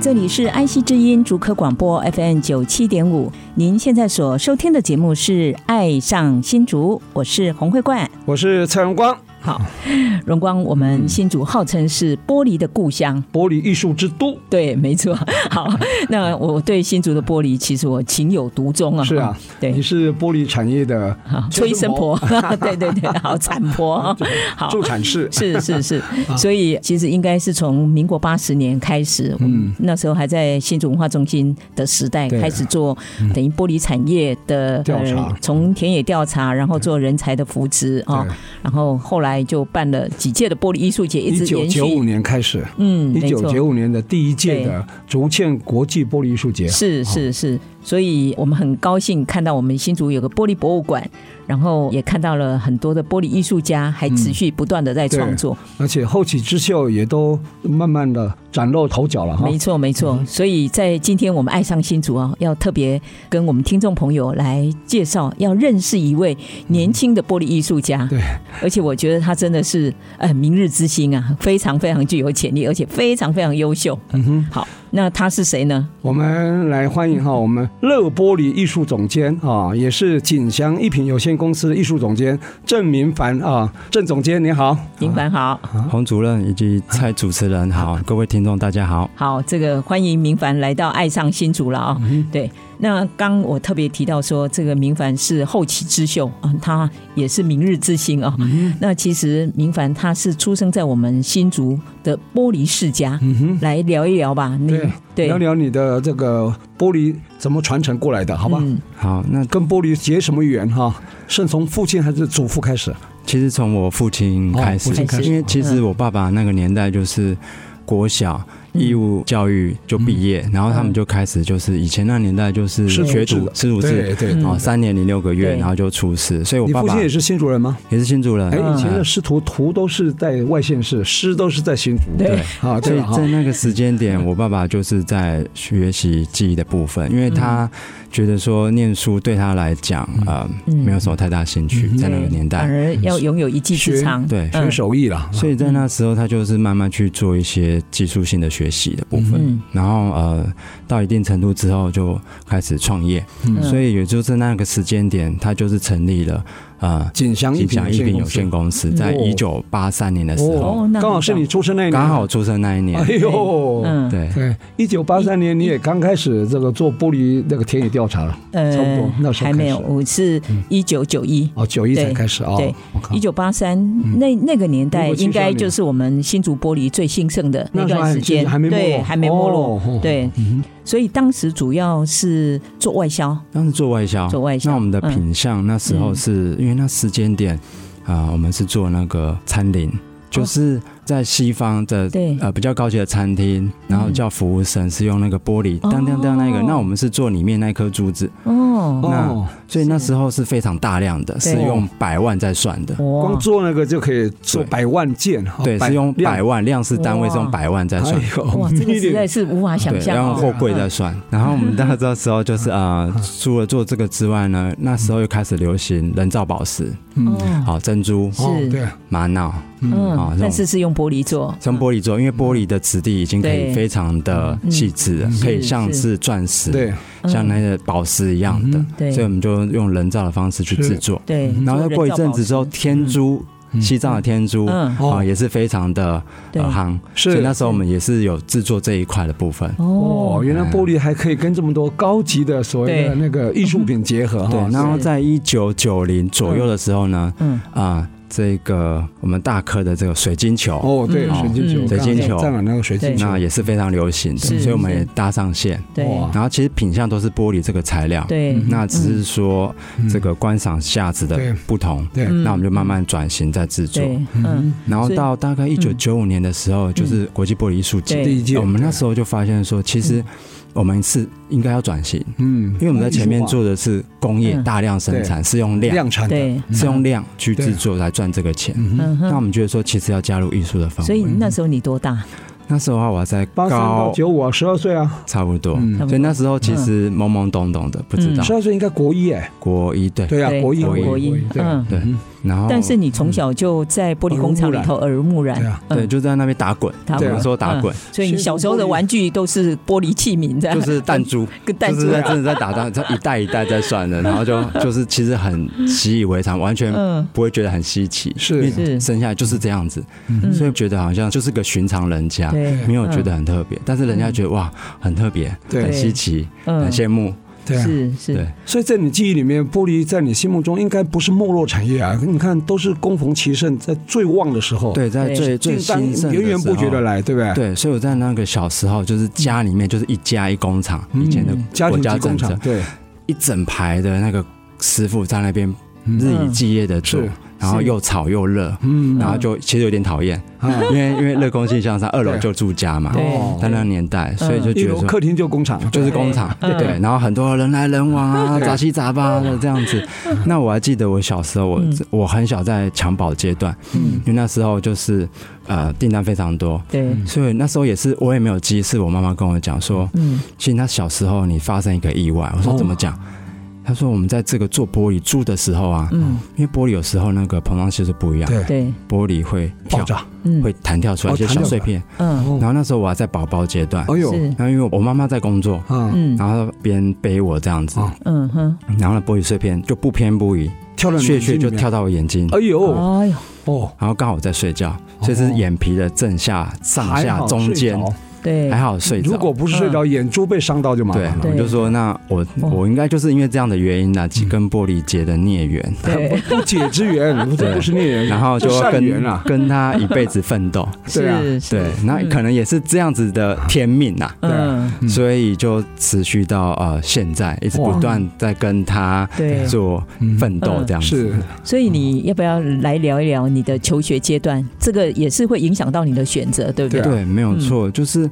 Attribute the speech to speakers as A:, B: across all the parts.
A: 这里是安溪之音竹科广播 FM 九七点五，您现在所收听的节目是《爱上新竹》，我是洪慧冠。
B: 我是蔡荣光。 好，
A: 荣光，我们新竹号称是玻璃的故乡，
B: 玻璃艺术之都
A: 对，没错。 好，那我对新竹的玻璃，其实我情有独钟啊。
B: 是啊，你
A: 对，
B: 是玻璃产 业的
A: 好崔
B: 崔生
A: 生
B: 婆
A: 婆， 对对对，好产 婆，好
B: 助产士，
A: 是是 是，
B: 啊
A: 所以其实应该是从民国八十年开始，我们那时候还在新竹文化中心的时代
B: 嗯对嗯
A: 开始做，等于玻璃产业的
B: 调查
A: 呃从田野调查，然后做人才的扶持啊
B: 对，
A: 然后后来就办了几届的玻璃艺术节，一
B: 一
A: 直
B: 九
A: 延
B: 九五
A: 续。
B: 年开始，
A: 嗯，
B: 一
A: 没
B: 九
A: 错，
B: 九五年的第一届的竹堑国际玻璃艺术节，
A: 是是是，所以我们很高兴看到我们新竹有个玻璃博物馆，然后也看到了很多的玻璃艺术家还
B: 嗯
A: 持续不断的在
B: 对
A: 创作。
B: 而且后起之秀也都慢慢的崭露头角了哈
A: 没。错，没错。所以在今天我们爱上新竹啊，要特别跟我们听众朋友来介绍，要认识一位年轻的玻璃艺术家。
B: 对，
A: 而且我觉得他真的是呃明日之星啊，非常非常具有潜力，而且非常非常优秀。嗯哼，好，那他是谁呢？
B: 我们来欢迎哈，我们乐玻璃艺术总监啊，也是锦祥一品有限公司的艺术总监郑明凡啊，郑总监您好，
A: 林凡好，
C: 洪主任以及蔡主持人好，各位听众大家好。
A: 好，这个欢迎明凡来到爱上新竹了啊、
B: 嗯
A: 对，那刚我特别提到说，这个明凡是后起之秀啊，他也是明日之星啊、
B: 嗯
A: 那其实明凡他是出生在我们新竹的玻璃世家，来聊一聊吧。你
B: 嗯对
A: 对，
B: 聊聊你的这个玻璃怎么传承过来的，好吧？
A: 嗯
C: 好，那
B: 跟玻璃结什么缘哈？是从父亲还是祖父开始？
C: 其实从我父亲开
B: 哦
C: 始
B: 父亲，开始
C: 因为其实我爸爸那个年代就是国小
B: 嗯
C: 义务教育就毕业，然后他们就开始就是以前那年代就是
B: 师徒
C: 学
B: 制
C: 徒
B: 的
C: 师徒制
B: 对。对，
A: 嗯
C: 哦，三年零六个月，
A: 对
C: 然后就出师，所以我
B: 你
C: 爸
B: 父
C: 爸
B: 亲也是新竹人吗？
C: 也是新主人。
B: 哎，以前
C: 嗯
B: 的师徒徒都是在外县市，师都是在新竹。
A: 对
B: 啊，
C: 所
B: 对
C: 以
B: 哈嗯
C: 在，那个时间点，我爸爸就是在学习记忆的部分，因为
B: 嗯
C: 他觉得说念书对他来讲，呃，
A: 嗯
C: 没有什么太大兴趣，
B: 嗯
C: 在那个年代
A: 反。而要拥有一技之
B: 学
A: 长。嗯
C: 对，
B: 学手艺啊啦。
C: 所以在那时候，他就是慢慢去做一些技术性的学习的部分，
A: 嗯
C: 然后呃，到一定程度之后就开始创业，
B: 嗯
C: 所以也就是那个时间点，他就是成立了呃
B: 锦祥一
C: 锦
B: 品
C: 祥一品有
B: 有限
C: 限公司，
A: 嗯
C: 在
B: 哦
C: 一九八三年的时候，
A: 哦那很
B: 刚好是你出生那一年，
C: 刚好。出生那一年
B: 哎，呦，
A: 嗯，
C: 对，
B: 对，一九八三年你也刚开始这个做玻璃那个田野调查了，差不多那时候
A: 呃还
B: 开
A: 没有，
B: 始。嗯
A: 我是一九九一。
B: 哦，九一才
A: 对
B: 开始啊。
A: 对
B: 我靠
A: 一九八三那那个年代，
B: 民国七十二
A: 应该
B: 年
A: 就是我们新竹玻璃最兴盛的那
B: 那时候
A: 段
B: 还
A: 时间，
B: 还没没
A: 对，
B: 落
A: 还没没落
B: 哦哦，
A: 对，所以当时主要是做外销，
C: 当时做外销，
A: 做外销嗯
C: 那我们的品相那时候是、因为那时间点啊、我们是做那个餐饮，就是在西方的、
A: 哦对
C: 呃比较高级的餐厅，然后叫服务生是用那个玻璃
A: 哦
C: 当当当那个，那我们是做里面那颗珠子，
A: 哦，
B: 哦，
C: 所以那时候是非常大量的，
A: 对哦
C: 是用百万在算的。
A: 哇
B: 光，做那个就可以做
C: 对
B: 百万件，哦
C: 对，是用百。万量是单位，
A: 哇
C: 是用百万在
B: 量
C: 算
B: 哎。呦，
A: 哇，这个实在是无法想
C: 对，
A: 象
C: 要用
A: 哦，嗯
C: 货柜在算。然后我们那个时候就是呃，除了做这个之外呢，那时候又开始流行人造宝石，
B: 嗯
A: 哦，
C: 好珍珠、
A: 是
B: 哦，对，
C: 玛瑙，啊
A: 嗯
C: 这，种
A: 但是是用玻璃做，
C: 像玻璃做，因为玻璃的质地已经
A: 嗯
C: 可
A: 对
C: 以非常的细致了，可以像是钻石，
B: 对，嗯
C: 像那些宝石一样的，
A: 嗯对
C: 所以我们就用人造的方式去制作。
A: 对，
C: 然后
A: 做
C: 再过一
A: 人造
C: 阵子之后，
A: 宝石
C: 天珠，西藏的天珠
A: 嗯
C: 啊、
B: 哦
C: 也是非常的
A: 对
C: 呃夯，
B: 是
C: 所以那时候我们也是有制作这一块的部分。
A: 哦
B: 哦，，原来玻璃还可以跟这么多高级的所谓
A: 对
B: 的那个艺术品结合
C: 对
B: 哈，。
C: 然后在一九九零左右的时候呢，
A: 嗯
C: 啊、这个我们大颗的这个水晶球，
B: 哦，对，
A: 嗯
B: 水晶球，
A: 嗯
C: 水晶球
B: 站了那个水晶球，
C: 那也是非常流行的，
A: 是
C: 所以我们也
A: 是
C: 搭上线。
A: 对
B: 哇
C: 然后其实品相都是玻璃这个材料，
A: 对，嗯
C: 那只是说这个观赏价值
B: 嗯对
C: 的不同。
B: 对，
A: 嗯
C: 那我们就慢慢转型在制作，
A: 对，嗯，
C: 然后
A: 所以嗯
C: 到大概一九九五年的时候，就是国际玻璃艺术节
A: 对，嗯
B: 第一届
C: 我们那时候就发现说，其实我们是应该要转型，
B: 嗯，
C: 因为我们在前面
B: 艺术
C: 做的是工业
A: 嗯
C: 大量生产，是用
B: 化
C: 量
B: 量产的，
A: 对，
C: 是用量去
B: 对
C: 制作来赚这个钱。
A: 嗯
C: 嗯那我
A: 哼。
C: 们觉得说，其实要加入艺术的氛围。
A: 所以那时候你多大？
C: 那时候的话，我还在
B: 八三到
C: 高
B: 九五啊，十二岁啊，
C: 差不多，
B: 嗯
C: 所以那时候其实
A: 嗯
C: 懵懵懂懂的，不知道
B: 十二岁应该国一哎，
C: 国一对
B: 对啊，国一
C: 国一
A: 国一，
B: 对啊
A: 嗯。
C: 对
B: 嗯，
C: 然后
A: 但是你从小就在玻璃工厂里头耳濡目染
B: 对，啊，
C: 对就在那边打滚，
A: 嗯打
B: 滚
C: 我们说打滚
A: 所以你小时候的玩具都是玻璃器皿这样，
C: 就是弹珠，
A: 跟嗯弹
C: 就是
A: 珠啊
C: 在真的在打 弹，一代一代在算的，然后就就是其实很习以为常，完全
A: 嗯
C: 不会觉得很稀奇，
B: 是
C: 因为
A: 是
C: 生下来就是这样子，所以觉得好像就是个寻常人家，
A: 嗯对
C: 没有觉得很特别，但是人家觉得哇很特别，
B: 对
C: 很稀奇，
A: 嗯
C: 很羡慕，
B: 对啊。
A: 是是
C: 对，
B: 所以在你记忆里面，玻璃在你心目中应该不是没落产业啊！你看，都是供逢其盛，在最旺的时候，，
C: 对，在
A: 对
C: 最最
B: 订单
C: 兴盛的
B: 源源不
C: 时
B: 绝
C: 候
B: 的来，对不对？
C: 对，所以我在那个小时候，就是家里面就是一家一工厂，以前的
B: 嗯家
C: 国
B: 庭
C: 家
B: 级工
C: 政
B: 厂
C: 策，，
B: 对，
C: 一整排的那个师傅在那边
B: 嗯
C: 日以继夜的做
B: 是，
C: 然后又吵又热，
B: 嗯
C: 然后就其实有点讨厌，
B: 啊，
C: 因为因为热空气向上，二楼
B: 对
C: 就住家嘛，
A: 对
B: 哦
C: 在那个年代，所以就
B: 一
C: 觉得
B: 楼
C: 说
B: 客厅就工厂，
C: 就是工厂，
A: 对
C: 对，然后很多人来人往啊，杂七杂八的这样子。
B: 嗯
C: 那我还记得我小时候，我我很小在襁褓阶段，
B: 嗯
C: 因为那时候就是呃订单非常多，
A: 对，
C: 所以那时候也是我也没有记忆，是我妈妈跟我讲说，
A: 嗯
C: 其实她小时候你发生一个意外，我说怎么
B: 哦
C: 讲？她说我们在这个做玻璃住的时候啊，
A: 嗯
C: 因为玻璃有时候那个膨胀系数不一样，
B: 对
A: 对，
C: 玻璃会
B: 爆
C: 跳，
B: 炸，
A: 嗯
C: 会弹跳出来
B: 哦
C: 一些
B: 弹跳
C: 小
B: 出来
C: 碎片。
A: 嗯
C: 然后那时候我还在宝宝阶段，
B: 哎呦，
A: 是
C: 然后因为我妈妈在工作，
B: 啊，
A: 嗯
C: 然后边背我这样子，
B: 哦
A: 嗯哼，
C: 然后那玻璃碎片就不偏不倚，
B: 跳到你
C: 屑
B: 眼睛
C: 屑
B: 里
C: 就
B: 面
C: 跳，到我眼睛。
B: 哎呦，
A: 哎呦，
B: 哦，
C: 然后刚好我在睡觉，所以是眼皮的正下、上
B: 还
C: 下、
B: 好
C: 中间
B: 睡，着
A: 对
C: 还，好睡着。
B: 如果不是睡着，眼珠被伤到就麻
C: 对
B: 烦，了。
C: 我就说那我
A: 哦
C: 我应该就是因为这样的原因呢、跟玻璃结的孽 缘，
A: 对，
B: 不解之缘，这不是孽缘，
C: 然后就
B: 这
C: 要
B: 善缘
C: 跟、嗯
B: 啊，
C: 跟他一辈子奋斗。
B: 对啊
A: 是，是
C: 对，那啊可能也是这样子的天命呐、
A: 嗯，
B: 嗯
C: 所以就持续到呃现在，一直
B: 哇
C: 不断在跟他
A: 对
C: 做奋斗
A: 嗯
C: 这样子。
B: 是
A: 所以你要不要来聊一聊你的求学阶段？这个也是会影响到你的选择，对不对？
B: 对啊
C: 对，没有错，就是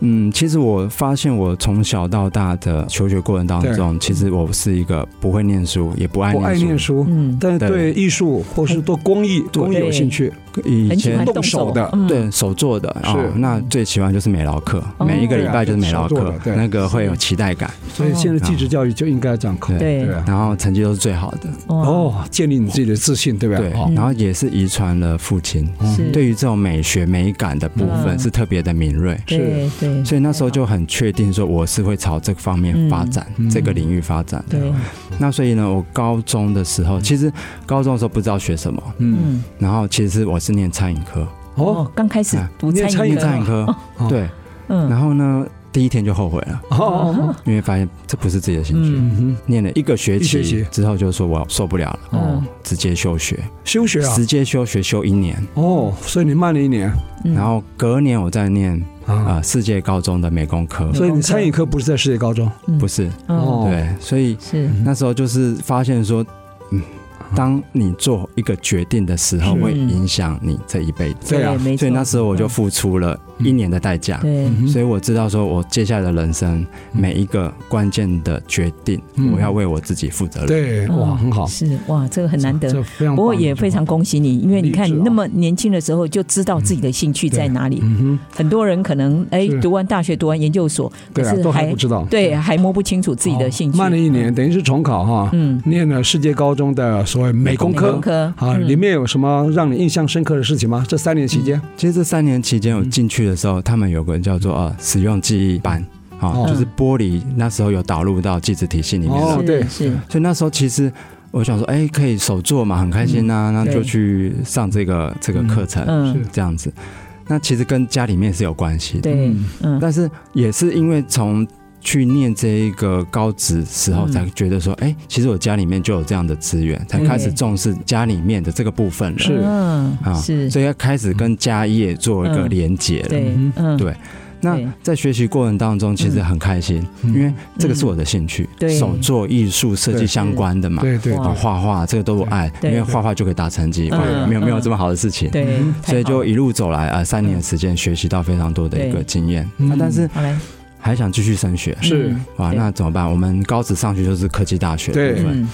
C: 嗯，其实我发现我从小到大的求学过程当中，其实我是一个不会念书，也不爱
B: 不爱
C: 念
B: 念
C: 书，
B: 书，
A: 嗯，
B: 但是对艺术或是对工艺，工艺有兴趣，
C: 以
A: 很喜
C: 前
A: 欢动
B: 动手的
A: 嗯
C: 对手做的
B: 是
C: 哦，那最喜欢就是美劳课，
A: 哦
C: 每一个礼拜就是美劳
B: 对啊
C: 课
B: 手，做的对
C: 那个会有期待感，
B: 所以现在技职教育就应该这样考。
C: 哦对，
A: 对
B: 对啊
C: 然后成绩都是最好的，
A: 哇，
B: 哦，建立你自己的自信，对不
C: 对
B: 对？
A: 嗯
B: 哦，
C: 然后也是遗传了父亲
A: 是
C: 嗯对于这种美学美感的部分
A: 嗯
C: 是特别的敏锐，
A: 对对
C: 所以那时候就很确定说我是会朝这方面发展，
B: 嗯
C: 这个领域发展的。
A: 对，
C: 那所以呢，我高中的时候，其实高中的时候不知道学什么，
B: 嗯，
A: 嗯，
C: 然后其实我是念餐饮科，
B: 哦，
A: 哦，刚开始读
B: 念
A: 餐饮
B: 餐
C: 餐
A: 课
C: 饮科，
B: 哦
C: 对，
A: 嗯，
C: 然后呢，第一天就后悔了，
B: 哦哦，
C: 因为发现这不是自己的兴趣。
A: 嗯
B: 嗯
C: 念了一个学
B: 一学
C: 期
B: 期
C: 之后，就说我受不了了，
A: 嗯
C: 直接休学，
B: 休学啊
C: 直，接休学休一年，
B: 哦，所以你慢了一年
A: 嗯
C: 然后隔年我再念
B: 啊，
C: 啊世界高中的美工科，
B: 所以你餐饮科不是在世界高中
C: 不是
A: 哦，
C: 对，所以
A: 是
C: 那时候就是发现说，嗯，当你做一个决定的时候，
B: 是
C: 会影响你这一辈子。
B: 对啊
A: 没错，嗯
C: 所以那时候我就付出了
B: 嗯
C: 一年的代价。
A: 对
C: 所以我知道，说我接下来的人生每一个关键的决定，
B: 嗯
C: 我要为我自己负责任。
B: 对，哇，很好，
A: 嗯是哇，这个很难得。
B: 这非常，
A: 不过也非常恭喜你，因为你看
B: 励志啊
A: 你那么年轻的时候就知道自己的兴趣在哪里。
B: 嗯
A: 很多人可能哎
B: 是
A: 读完大学、读完研究所，
B: 哼，
A: 可
B: 对啊，
A: 是
B: 都还不知道哦
A: 对还摸不清楚自己的兴趣。
B: 慢了一年，等于是重考哈，
A: 嗯，
B: 念了世界高中的所谓美工
A: 理
B: 科
A: 工。科
B: 啊，里面有什么让你印象深刻的事情吗？这三年期间，
C: 其实这三年期间，
A: 嗯
C: 我进去的时候，他们有个叫做呃使用记忆班，啊
B: 哦，
C: 就是玻璃那时候有导入到技职体系里面
B: 哦
C: 了。
A: 是
B: 对
A: 是
C: 所以那时候其实我想说，哎，可以手做嘛，很开心呐、那
A: 嗯对
C: 就去上这个这个课程，
A: 嗯
C: 这样子。那其实跟家里面是有关系的，
A: 对嗯
C: 但是也是因为从去念这一个高职时候，
A: 嗯
C: 才觉得说，哎、其实我家里面就有这样的资源，才开始重视家里面的这个部分了。
B: 是
A: 嗯
C: 啊，
A: 是，
C: 所以要开始跟家业做一个
A: 嗯
C: 连结了。
A: 对，嗯，
C: 对那
A: 对
C: 在学习过程当中，其实很开心，
B: 嗯
C: 因为这个是我的兴趣，
A: 对
C: 手作、艺术、设计
B: 对
C: 相关的嘛。
B: 对对
C: 啊，
A: 哇
C: 画画这个都我爱，
A: 对
C: 因为画画就可以打成绩，
A: 嗯
C: 哇没有
A: 嗯
C: 没有这么好的事情。
B: 嗯
A: 对，太
C: 所以
A: 好
C: 就
A: 了
C: 一路走来，呃，三年时间学习到非常多的一个
A: 对
C: 经验。
B: 嗯
C: 那但是
A: 好嘞，
C: 还想继续升学，
B: 是
A: 嗯
C: 哇，
A: 对
C: 那怎么办？我们高职上去就是科技大学，
B: 对
C: 不对？
A: 嗯，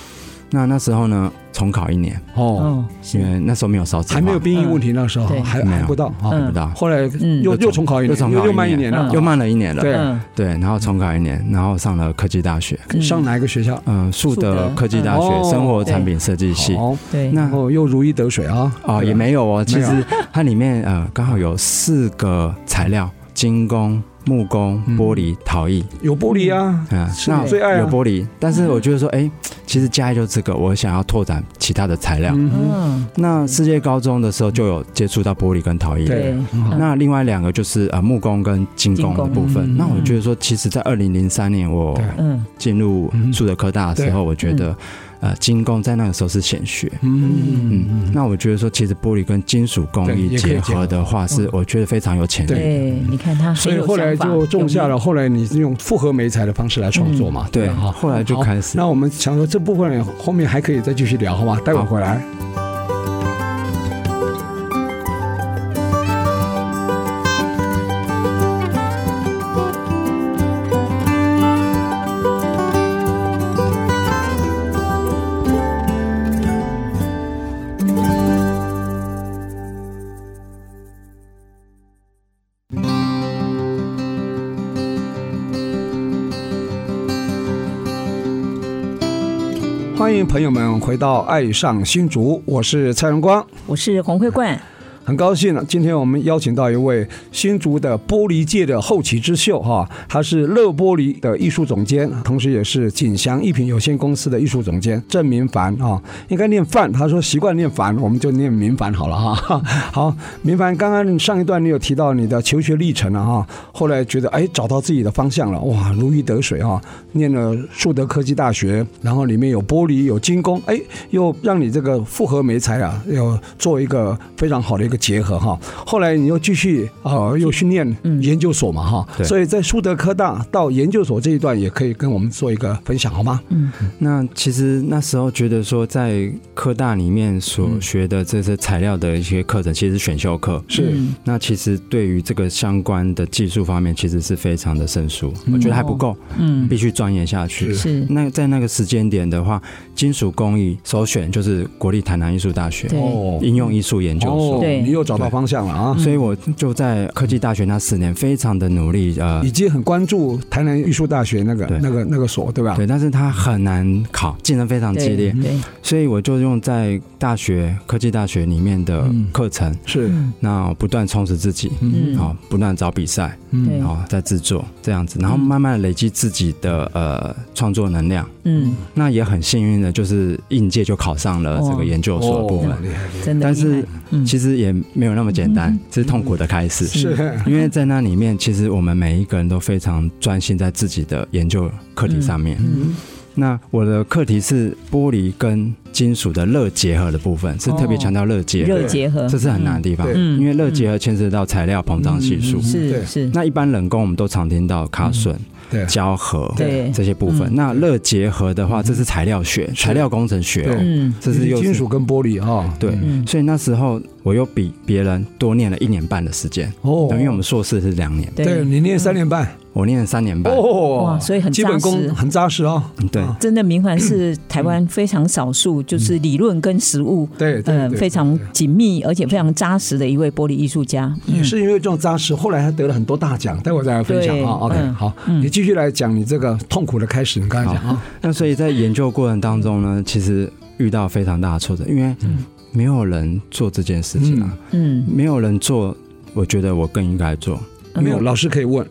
C: 那那时候呢，重考一年，
B: 哦，
A: 哦，
C: 因
A: 是，
C: 为那时候没有少子化，
B: 还没有兵役问题，那时候
A: 对
B: 还
C: 没有
B: 还不到啊。
C: 不
A: 嗯
C: 到，
B: 后来
A: 嗯
B: 又又重考一
C: 又
B: 年，
C: 重
B: 又
C: 考
B: 又慢一年了
A: 嗯，
C: 又慢了一年了。
B: 对
A: 嗯，
C: 对，然后重考一年，
B: 嗯
C: 然后上了科技大学，
A: 嗯
B: 上哪一个学校？
C: 嗯，树德科技大
B: 嗯
C: 学
B: 哦
C: 生活产品设计系。
B: 好，
A: 嗯对，
C: 那
B: 然后又如鱼得水啊。
C: 哦，
B: 对
C: 也没有哦，其
B: 没有
C: 实它里面呃刚好有四个材料：金工、木工、
B: 嗯
C: 玻璃、陶艺。
B: 有玻璃啊，
C: 啊，
B: 是
C: 那
B: 我最爱啊
C: 有玻璃，但是我觉得说，哎，其实加一就这个，我想要拓展其他的材料。
B: 嗯哼，
A: 嗯，
C: 那世界高中的时候就有接触到玻璃跟陶艺。
B: 对
A: 对，
B: 很好。
C: 那另外两个就是呃木工跟金工的部
B: 金工
C: 分。
B: 嗯
C: 那我觉得说，其实，在二零零三年我
B: 对
A: 嗯，
C: 进入树德科大的时候，我觉得呃金工在那个时候是显学。嗯，那我觉得说，其实玻璃跟金属工
B: 对
C: 艺
B: 也可以
C: 结合的话，是我觉得非常有潜力。
A: 对，你看他很
B: 所以
A: 有
B: 后来
A: 想法
B: 就种下了。后来你是用复合媒材的方式来创作嘛，
C: 对，
B: 吧哈。
C: 后来就开始。
B: 那我们想说这部分后面还可以再继续聊，好吧？待会儿回来。欢迎朋友们回到《爱上新竹》，我是蔡荣光，
A: 我是黄慧冠，
B: 很高兴呢。今天我们邀请到一位新竹的玻璃界的后起之秀哈，他是乐玻璃的艺术总监，同时也是锦祥一品有限公司的艺术总监郑明凡啊，应该念范，他说习惯念凡，我们就念明凡好了哈。 好，明凡，刚刚上一段你有提到你的求学历程了哈，后来觉得哎找到自己的方向了，哇，如鱼得水哈，念了树德科技大学，然后里面有玻璃有精工，哎，又让你这个复合媒材啊，有做一个非常好的一个结合哈。后来你又继续呃又去念
A: 嗯
B: 研究所嘛哈，
C: 对
B: 所以在树德科大到研究所这一段也可以跟我们做一个分享好吗？
A: 嗯，
C: 那其实那时候觉得说，在科大里面所学的这些材料的一些课程，其实是选修课。
B: 是
A: 嗯
C: 那其实对于这个相关的技术方面，其实是非常的生疏，我觉得还不够，
A: 嗯，
C: 必须钻研下去。
A: 是，
C: 那在那个时间点的话，金属工艺首选就是国立台南艺术大学
A: 对
C: 应用艺术研究
B: 哦
C: 所。
A: 对
B: 你又找到方向了啊。
C: 所以我就在科技大学那四年非常的努力，呃
B: 已，经很关注台南艺术大学那个
C: 对
B: 那个那个所，对吧？
C: 对，但是它很难考，竞争非常激烈
A: 对，对，
C: 所以我就用在大学科技大学里面的
B: 嗯
C: 课程，
B: 是，
A: 嗯
C: 那不断充实自己，
A: 嗯
C: 啊、不断找比赛，
B: 嗯
A: 对
C: 啊、在制作这样子，然后
A: 嗯
C: 慢慢地累积自己的呃创作能量。
A: 嗯，
C: 那也很幸运的，就是应届就考上了这个研究所的部分。
B: 哦厉害厉害
A: 真的
C: 但
A: 厉害，
C: 是
A: 嗯
C: 其实也没有那么简单，这是痛苦的开始。
B: 是
A: 嗯
C: 因为在那里面，其实我们每一个人都非常专心在自己的研究课题上面。
A: 嗯
C: 那我的课题是玻璃跟金属的热结合的部分，是特别强调热结合，
A: 热结合，
C: 这是很难的地方。
B: 对
A: 嗯，
C: 因为热结合牵涉到材料膨胀系数。
B: 嗯
A: 是
B: 对
A: 是，
C: 那一般冷宫我们都常听到卡榫、
B: 对
C: 胶合
A: 对
C: 这些部分。
A: 嗯
C: 那热结合的话，这是材料学、材料工程学哦，
B: 对
A: 嗯
C: 这是又
B: 金
C: 是
B: 属跟玻璃啊，
C: 对。
A: 嗯
C: 所以那时候我又比别人多念了一年半的时间，
B: 哦
C: 等于我们硕士是两年，
B: 对
A: 对，
B: 你念三年半
C: 我念了三年半。
B: 哦，
A: 哇所以很扎实
B: 基本功很扎实啊，
C: 嗯对
B: 啊
A: 真的明凡是台湾非常少数，就是理论跟实物。
B: 对对
A: 嗯，
B: 对，
A: 非常紧密而且非常扎实的一位玻璃艺术家，嗯
B: 也是因为这种扎实，后来还得了很多大奖，待会再来分享
A: 对
B: 啊。OK，
A: 嗯
B: 好，
A: 嗯
B: 你继续来讲你这个痛苦的开始，你刚才讲啊，
C: 那所以在研究过程当中呢，其实遇到非常大的挫折，因为
B: 嗯
C: 没有人做这件事情啊，
A: 嗯，
C: 没有人做，我觉得我更应该做。
A: 嗯
B: 没有老师可以问，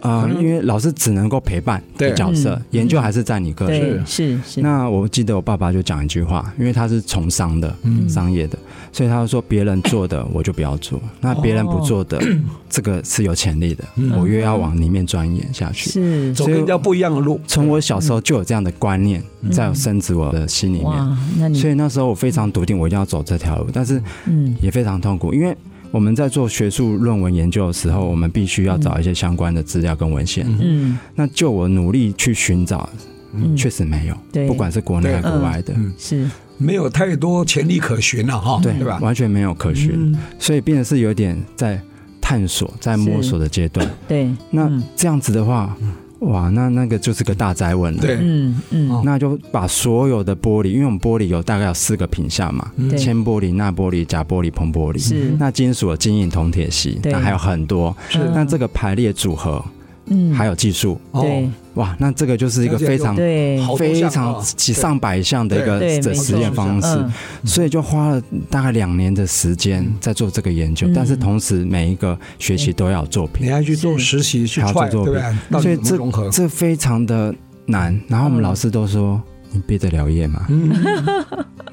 C: 呃，因为老师只能够陪伴
B: 嗯对
C: 的角色
A: 嗯，
C: 研究还是在你个人。
A: 对，是是，
C: 那我记得我爸爸就讲一句话，因为他是从商的、
A: 嗯
C: 商业的，所以他就说别人做的我就不要做，那别人不做的，
A: 嗯
C: 这个是有潜力的，我越要往里面钻研下去。
A: 是
B: 走跟人家不一样的路，
C: 从我小时候就有这样的观念，在深植我的心里面，
A: 嗯哇，嗯那
C: 所
A: 你
C: 以那时候我非常笃定我一定要走这条路，但是
A: 嗯
C: 也非常痛苦，因为我们在做学术论文研究的时候，我们必须要找一些相关的资料跟文献。
A: 嗯
C: 那就我努力去寻找，
A: 嗯，
C: 确实没有，
A: 对
C: 不管是国内还是
A: 对
C: 国外的，
B: 嗯
A: 是
B: 没有太多潜力可循了
A: 哦
B: 哈，
C: 对
B: 对
A: 嗯
B: 吧？
C: 完全没有可循，所以变得是有点在探索、在摸索的 阶段。
A: 对，
C: 那
A: 嗯
C: 这样子的话，哇，那那个就是个大灾问了。
B: 对，
A: 嗯嗯，
C: 那就把所有的玻璃，因为我们玻璃有大概有四个品相嘛，
A: 嗯对
C: 铅玻璃、钠玻璃、钾玻璃、硼玻璃。
A: 是
C: 那金属有金银铜铁锡，
A: 对
C: 那还有很多。
A: 是
C: 那这个排列组合
A: 嗯
C: 还有技术，
B: 哦
A: 对
C: 哇，那这个就是一个非常
A: 对
B: 好多
C: 非
B: 项啊
C: 常几上百项的一个
A: 对对
C: 的
A: 没
C: 实验
B: 错
C: 方式，
A: 嗯
C: 所以就花了大概两年的时间在做这个研究，
A: 嗯
C: 但是同时每一个学期都要有作
B: 你
C: 品，
B: 还去做实习去
C: 还要
B: 踹，对
C: 做
B: 不
C: 作
B: 对
C: 品？
B: 到
C: 所
B: 底
C: 以
B: 怎么融合
A: 啊
C: 这？这非常的难。然后我们老师都说：“你毕得了业吗？”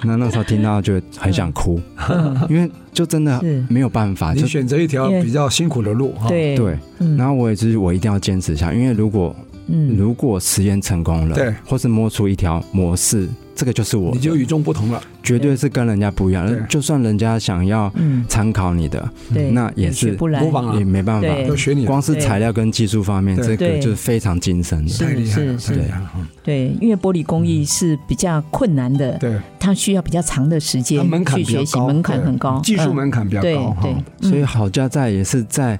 C: 那那时候听到就很想哭，因为就真的
A: 是
C: 没有办法，就
B: 你选择一条
A: 因为
B: 比较辛苦的路哈，
A: 对
C: 对。
A: 嗯
C: 然后我也就是我一定要坚持下，因为如果
A: 嗯
C: 如果实验成功了，
B: 对
C: 或是摸出一条模式，这个就是我的，
B: 你就与众不同了。
C: 绝对是跟人家不一
B: 对
C: 样。就算人家想要
A: 嗯
C: 参考你的，
A: 对，
C: 那也
A: 学
C: 是
A: 不来
B: 模仿啊
C: 也没办法。
A: 对
B: 都学你了，
C: 光是
A: 对
C: 材料跟技术方面，
B: 对
C: 这个
A: 对
C: 就是非常精深的。
B: 太厉害了，
A: 是是
B: 太厉害了。嗯
A: 对，因为玻璃工艺是比较困难的，
B: 对，
A: 它需要比较长的时间
B: 它门槛
A: 去
B: 比较
A: 学习，
B: 高，
A: 门槛
B: 对
A: 很高，
B: 技术
A: 嗯
B: 门槛比较
A: 对嗯
B: 高哈。
A: 对，
C: 所以好家在也是在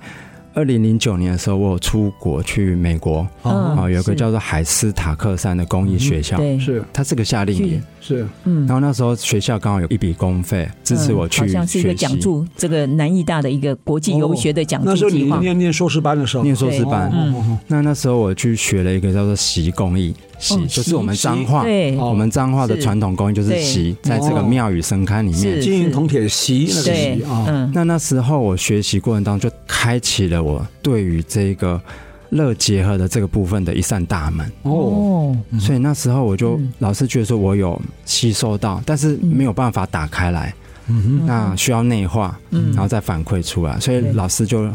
C: 二零零九年的时候，我有出国去美国，
A: 嗯
C: 啊，有个
A: 是嗯
C: 叫做海斯塔克山的工艺学校，
A: 对
B: 是
C: 它是个夏令营
A: 去。
B: 是，
A: 嗯
C: 然。后那时候学校刚好有一笔公费支持我
A: 嗯
C: 去
A: 好像是一个
C: 学
A: 讲
C: 习，
A: 助，这个南艺大的一个国际游学的讲
B: 那时
A: 助
B: 候
A: 计
B: 你
A: 划。
B: 念念硕士班的时候，
C: 念硕士班。
B: 哦哦
A: 嗯
B: 哦
C: 那那时候我去学了一个叫做习工艺，习
A: 哦
C: 就是我们
B: 习
C: 彰化，
A: 对，
C: 我们彰化的
A: 是
C: 传统工艺就是
A: 对
C: 席，在这个
B: 哦
C: 庙宇神龛里面
A: 是。
B: 金银铜铁锡那个
A: 对
B: 锡，啊，
A: 嗯，
C: 那那时候我学习过程当中，就开启了我对于这个乐结合的这个部分的一扇大门。
B: 哦，
A: 哦，
C: 所以那时候我就
A: 嗯
C: 老是觉得说我有吸收到，但是没有办法打开来，
B: 嗯
C: 那需要内化，
A: 嗯
C: 然后再反馈出来。所以老师就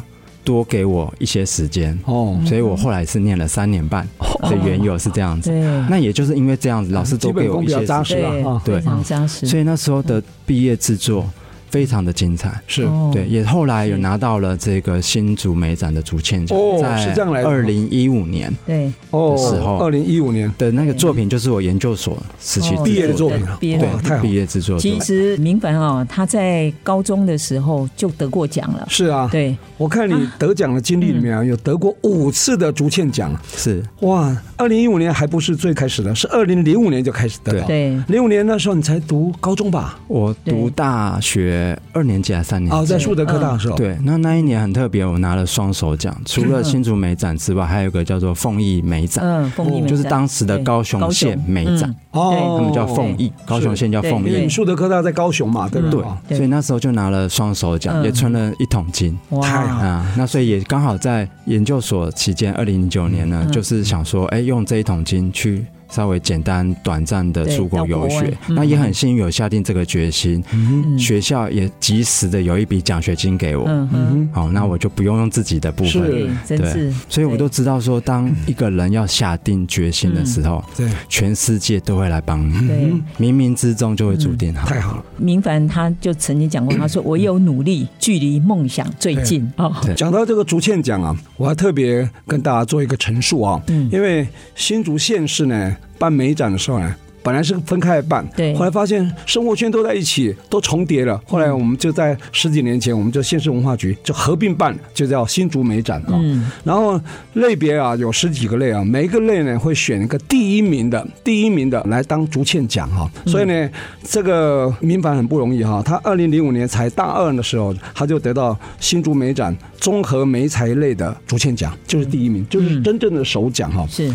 C: 多给我一些时间。
B: 哦，
C: 所以我后来是念了三年半的缘由是这样子，
A: 对，
C: 那也就是因为这样子，老师
B: 哦基
C: 多给
B: 本
C: 我
B: 功
C: 一
B: 比较
C: 些时
B: 扎实
C: 间，
B: 了啊，
C: 对
A: 非常扎实。
C: 所以那时候的毕业制作非常的精彩。
B: 是
A: 哦
C: 对，，也后来有拿到了这个新竹美展的竹签奖，
B: 哦是
C: 在
B: 这样来的吗
C: 二零一五年
A: 对，
B: 哦
C: 时候
B: 二零一五年
C: 的那个作品，就是我研究所时期
A: 哦
B: 毕业的作品
A: 对
B: 啊，
A: 毕业
B: 哇
A: 的
B: 太好
C: 毕
B: 了，
C: 业制作的作
A: 其
C: 品。
A: 实明凡啊，他在高中的时候就得过奖了。
B: 是啊，
A: 对，嗯
B: 我看你得奖的经历里面啊，有得过五次的竹签奖，
C: 是
B: 哇，二零一五年还不是最开始的，是二零零五年就开始得到，
A: 对
B: 零五年那时候你才读高中吧？
C: 我读
A: 对
C: 大学二年级还是三年
B: 哦，
C: 级？
B: 在树德科大的时候，，
C: 嗯对，那那一年很特别，我拿了双手奖，
B: 嗯
C: 除了新竹美展之外，还有一个叫做凤艺美展，
A: 嗯，凤仪美
C: 就是
A: 展
C: 当时的
A: 对
C: 高雄县美展，
B: 哦，
C: 他们叫凤艺，高雄县叫凤
B: 因为
C: 艺
B: 你。树德科大在高雄嘛，对不
C: 对
B: 对？哦，
A: 对
C: 所以那时候就拿了双手奖，
A: 嗯
C: 也存了一桶金。
A: 嗯
B: 太
A: 哇，
B: 好
C: 啊，那所以也刚好在研究所期间，二零零九年呢，
A: 嗯
C: 就是想说，哎、用这一桶金去稍微简单短暂的出国游
A: 对到国
C: 学
A: 外，嗯
C: 那也很幸运有下定这个决心，
A: 嗯
C: 学校也及时的有一笔奖学金给我，
A: 嗯哼，
C: 好，那我就不用用自己的部
B: 是
C: 分。
A: 对，真是，
C: 所以我都知道说，当一个人要下定决心的时
A: 嗯
C: 候，
B: 对，
C: 全世界都会来帮你，
A: 对
C: 冥冥之中就会注定
A: 嗯
C: 好。
B: 太好了。
A: 明凡他就曾经讲过，他说我有努力，距离梦想最近哦，
C: 对
B: 讲到这个竹堑奖啊，我还特别跟大家做一个陈述啊，
A: 嗯
B: 因为新竹县市呢办美展的时候呢。本来是分开办，
A: 对
B: 后来发现生活圈都在一起，都重叠了。后
C: 嗯
B: 来我们就在十几年前，我们就县市文化局就合并办，就叫新竹美展啊。
A: 嗯，
B: 然后类别啊有十几个类啊，每一个类呢会选一个第一名的，第一名的来当竹堑奖哈。
A: 嗯
B: 所以呢，这个民凡很不容易哈、他二零零五年才大二的时候，他就得到新竹美展综合美材类的竹堑奖，就是第一名，
A: 嗯
B: 就是真正的首奖哈、
A: 是，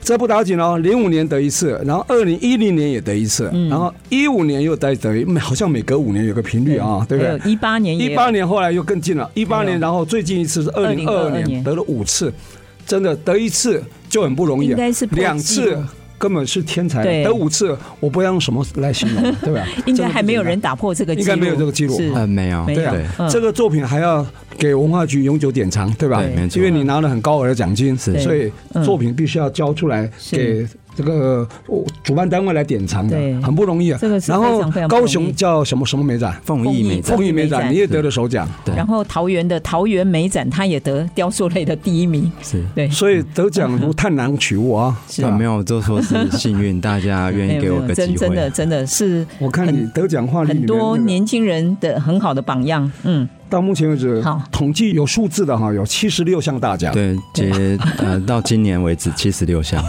B: 这不打紧哦，零五年得一次，然后二零一零年也得一次，
A: 嗯
B: 然后一五年又得得一，好像每隔五年有个频率啊，对不对？
A: 还有一八年也
B: 一
A: 有
B: 八年后来又更近了，一八
A: 哎
B: 年，
A: 呦
B: 然后最近一次是二零二
A: 2022
B: 二年，
A: 年
B: 得了五次。真的得一次就很不容易
A: 应
B: 了，
A: 该是破纪录
B: 两次。根本是天才，啊
A: 对
B: 得五次，我不知道用什么来形容，对吧？
A: 应
B: 真的
A: 该
B: 不
A: 还没有
B: 简单
A: 人打破这个记录，
B: 应该没有这个记录
A: 是
C: 呃，没有，
A: 没有
C: 对
B: 对
C: 对
B: 啊，
A: 嗯
B: 这个作品还要给文化局永久典藏，对吧？
A: 对
C: 没错
B: 因为你拿了很高额的奖金，
C: 是
B: 所以作品必须要交出来
A: 嗯是
B: 给这个哦主办单位来典藏的
A: 对，
B: 很不容易啊。
A: 这个是
B: 然
A: 非
B: 后
A: 常非常不容
B: 高
A: 易
B: 雄叫什么什么美展，
C: 凤
A: 艺
C: 艺美
A: 美展
C: 展
B: 凤，仪美展，你也得了首奖，
C: 对
A: 然后桃园的桃园美展，他也得雕塑类的第一名，
C: 是。
A: 对，
B: 所以得奖如探囊取物啊。
A: 是
C: 但没有，就说是 幸运，大家愿
A: 没
C: 意
A: 有
C: 给我
A: 没有，
C: 个机
A: 真真
C: 会。
A: 的真的是
B: 我看你得奖话里
A: 很
B: 面
A: 多
B: 那个
A: 年轻人的很好的榜样，嗯，
B: 到目前为止
A: 好
B: 统计有数字的哈，有七十六项大奖，
C: 对，截呃到今年为止七十六项，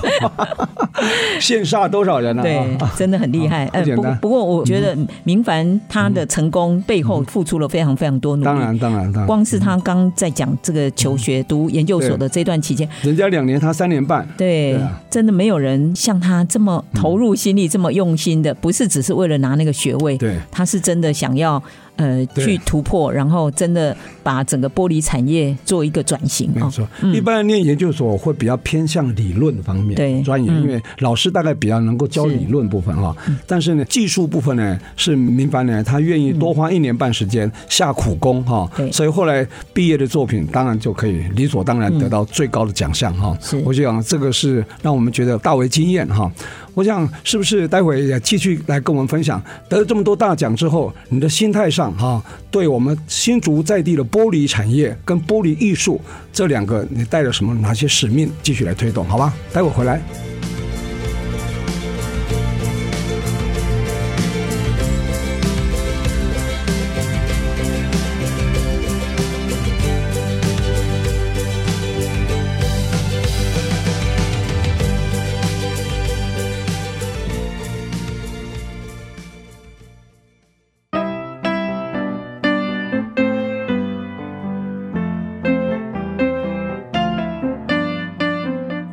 B: 线下多少人呢？
A: 对
B: 啊，
A: 真的很厉害。
B: 不
A: 呃，
B: 简
A: 不
B: 单嗯
A: 不过我觉得明凡他的成功背后付出了非常非常多努
B: 当
A: 力。
B: 然当然当然，
A: 光是他刚在讲这个求学、读研究所的这段期间，
B: 人家两年，他三年半，
A: 对
B: 对啊，嗯
A: 真的没有人像他这么投入心力、这么用心的，不是只是为了拿那个学位，
B: 对。
A: 他是真的想要呃
B: 对
A: 去突破，然后真的把整个玻璃产业做一个转型
B: 没
A: 啊。
B: 错，一般念研究所会比较偏向理论方面
A: 对
B: 专业，
A: 嗯
B: 因为老师大概比较能够教
A: 是
B: 理论部分哈。但是呢，技术部分呢是民凡呢，他愿意多花一年半时间下苦功哈
A: 对，
B: 所以后来毕业的作品当然就可以理所当然得到最高的奖项哈
A: 是。
B: 我想这个是让我们觉得大为惊艳哈。我想是不是待会也继续来跟我们分享，得了这么多大奖之后，你的心态上哈、对我们新竹在地的玻璃产业跟玻璃艺术这两个，你带着什么哪些使命继续来推动？好吧，待会回来。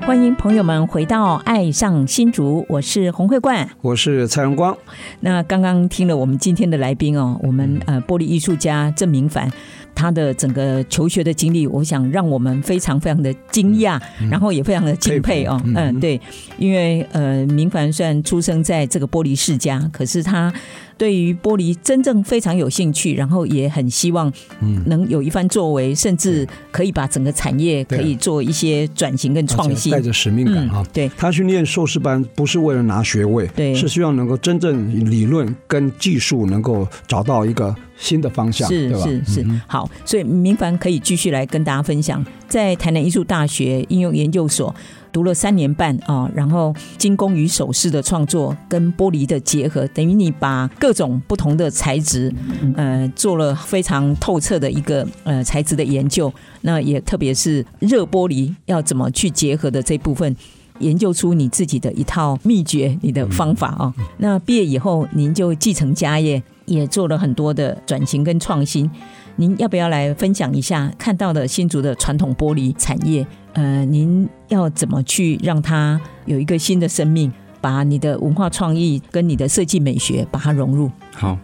A: 欢迎朋友们回到《爱上新竹》，我是洪慧冠。
B: 我是蔡荣光，
A: 那刚刚听了我们今天的来宾哦，我们
B: 嗯
A: 呃玻璃艺术家郑明凡，他的整个求学的经历，我想让我们非常非常的惊讶，然后也非常的敬佩哦
B: 嗯佩服。嗯
A: 嗯，对，因为呃，明凡虽然出生在这个玻璃世家，可是他对于玻璃真正非常有兴趣，然后也很希望
B: 嗯
A: 能有一番作为，甚至可以把整个产业可
B: 对
A: 以做一些转型跟创新
B: 啊带。着使命感
A: 嗯
B: 哈、，
A: 对。
B: 他去念硕士班不是为了拿学位，
A: 对
B: 是希望能够真正理论跟技术能够找到一个新的方向，
A: 是
B: 对吧？嗯
A: 是是，好，所以明凡可以继续来跟大家分享，在台南艺术大学应用研究所读了三年半啊、然后精工与首饰的创作跟玻璃的结合，等于你把各种不同的材质，
B: 嗯
A: 呃，做了非常透彻的一个呃材质的研究。那也特别是热玻璃要怎么去结合的这部分。研究出你自己的一套秘诀，你的方法哦。
B: 嗯
A: 那毕业以后，您就继承家业，也做了很多的转型跟创新。您要不要来分享一下看到的新竹的传统玻璃产业？呃，您要怎么去让它有一个新的生命，把你的文化创意跟你的设计美学把它融入？
C: 好，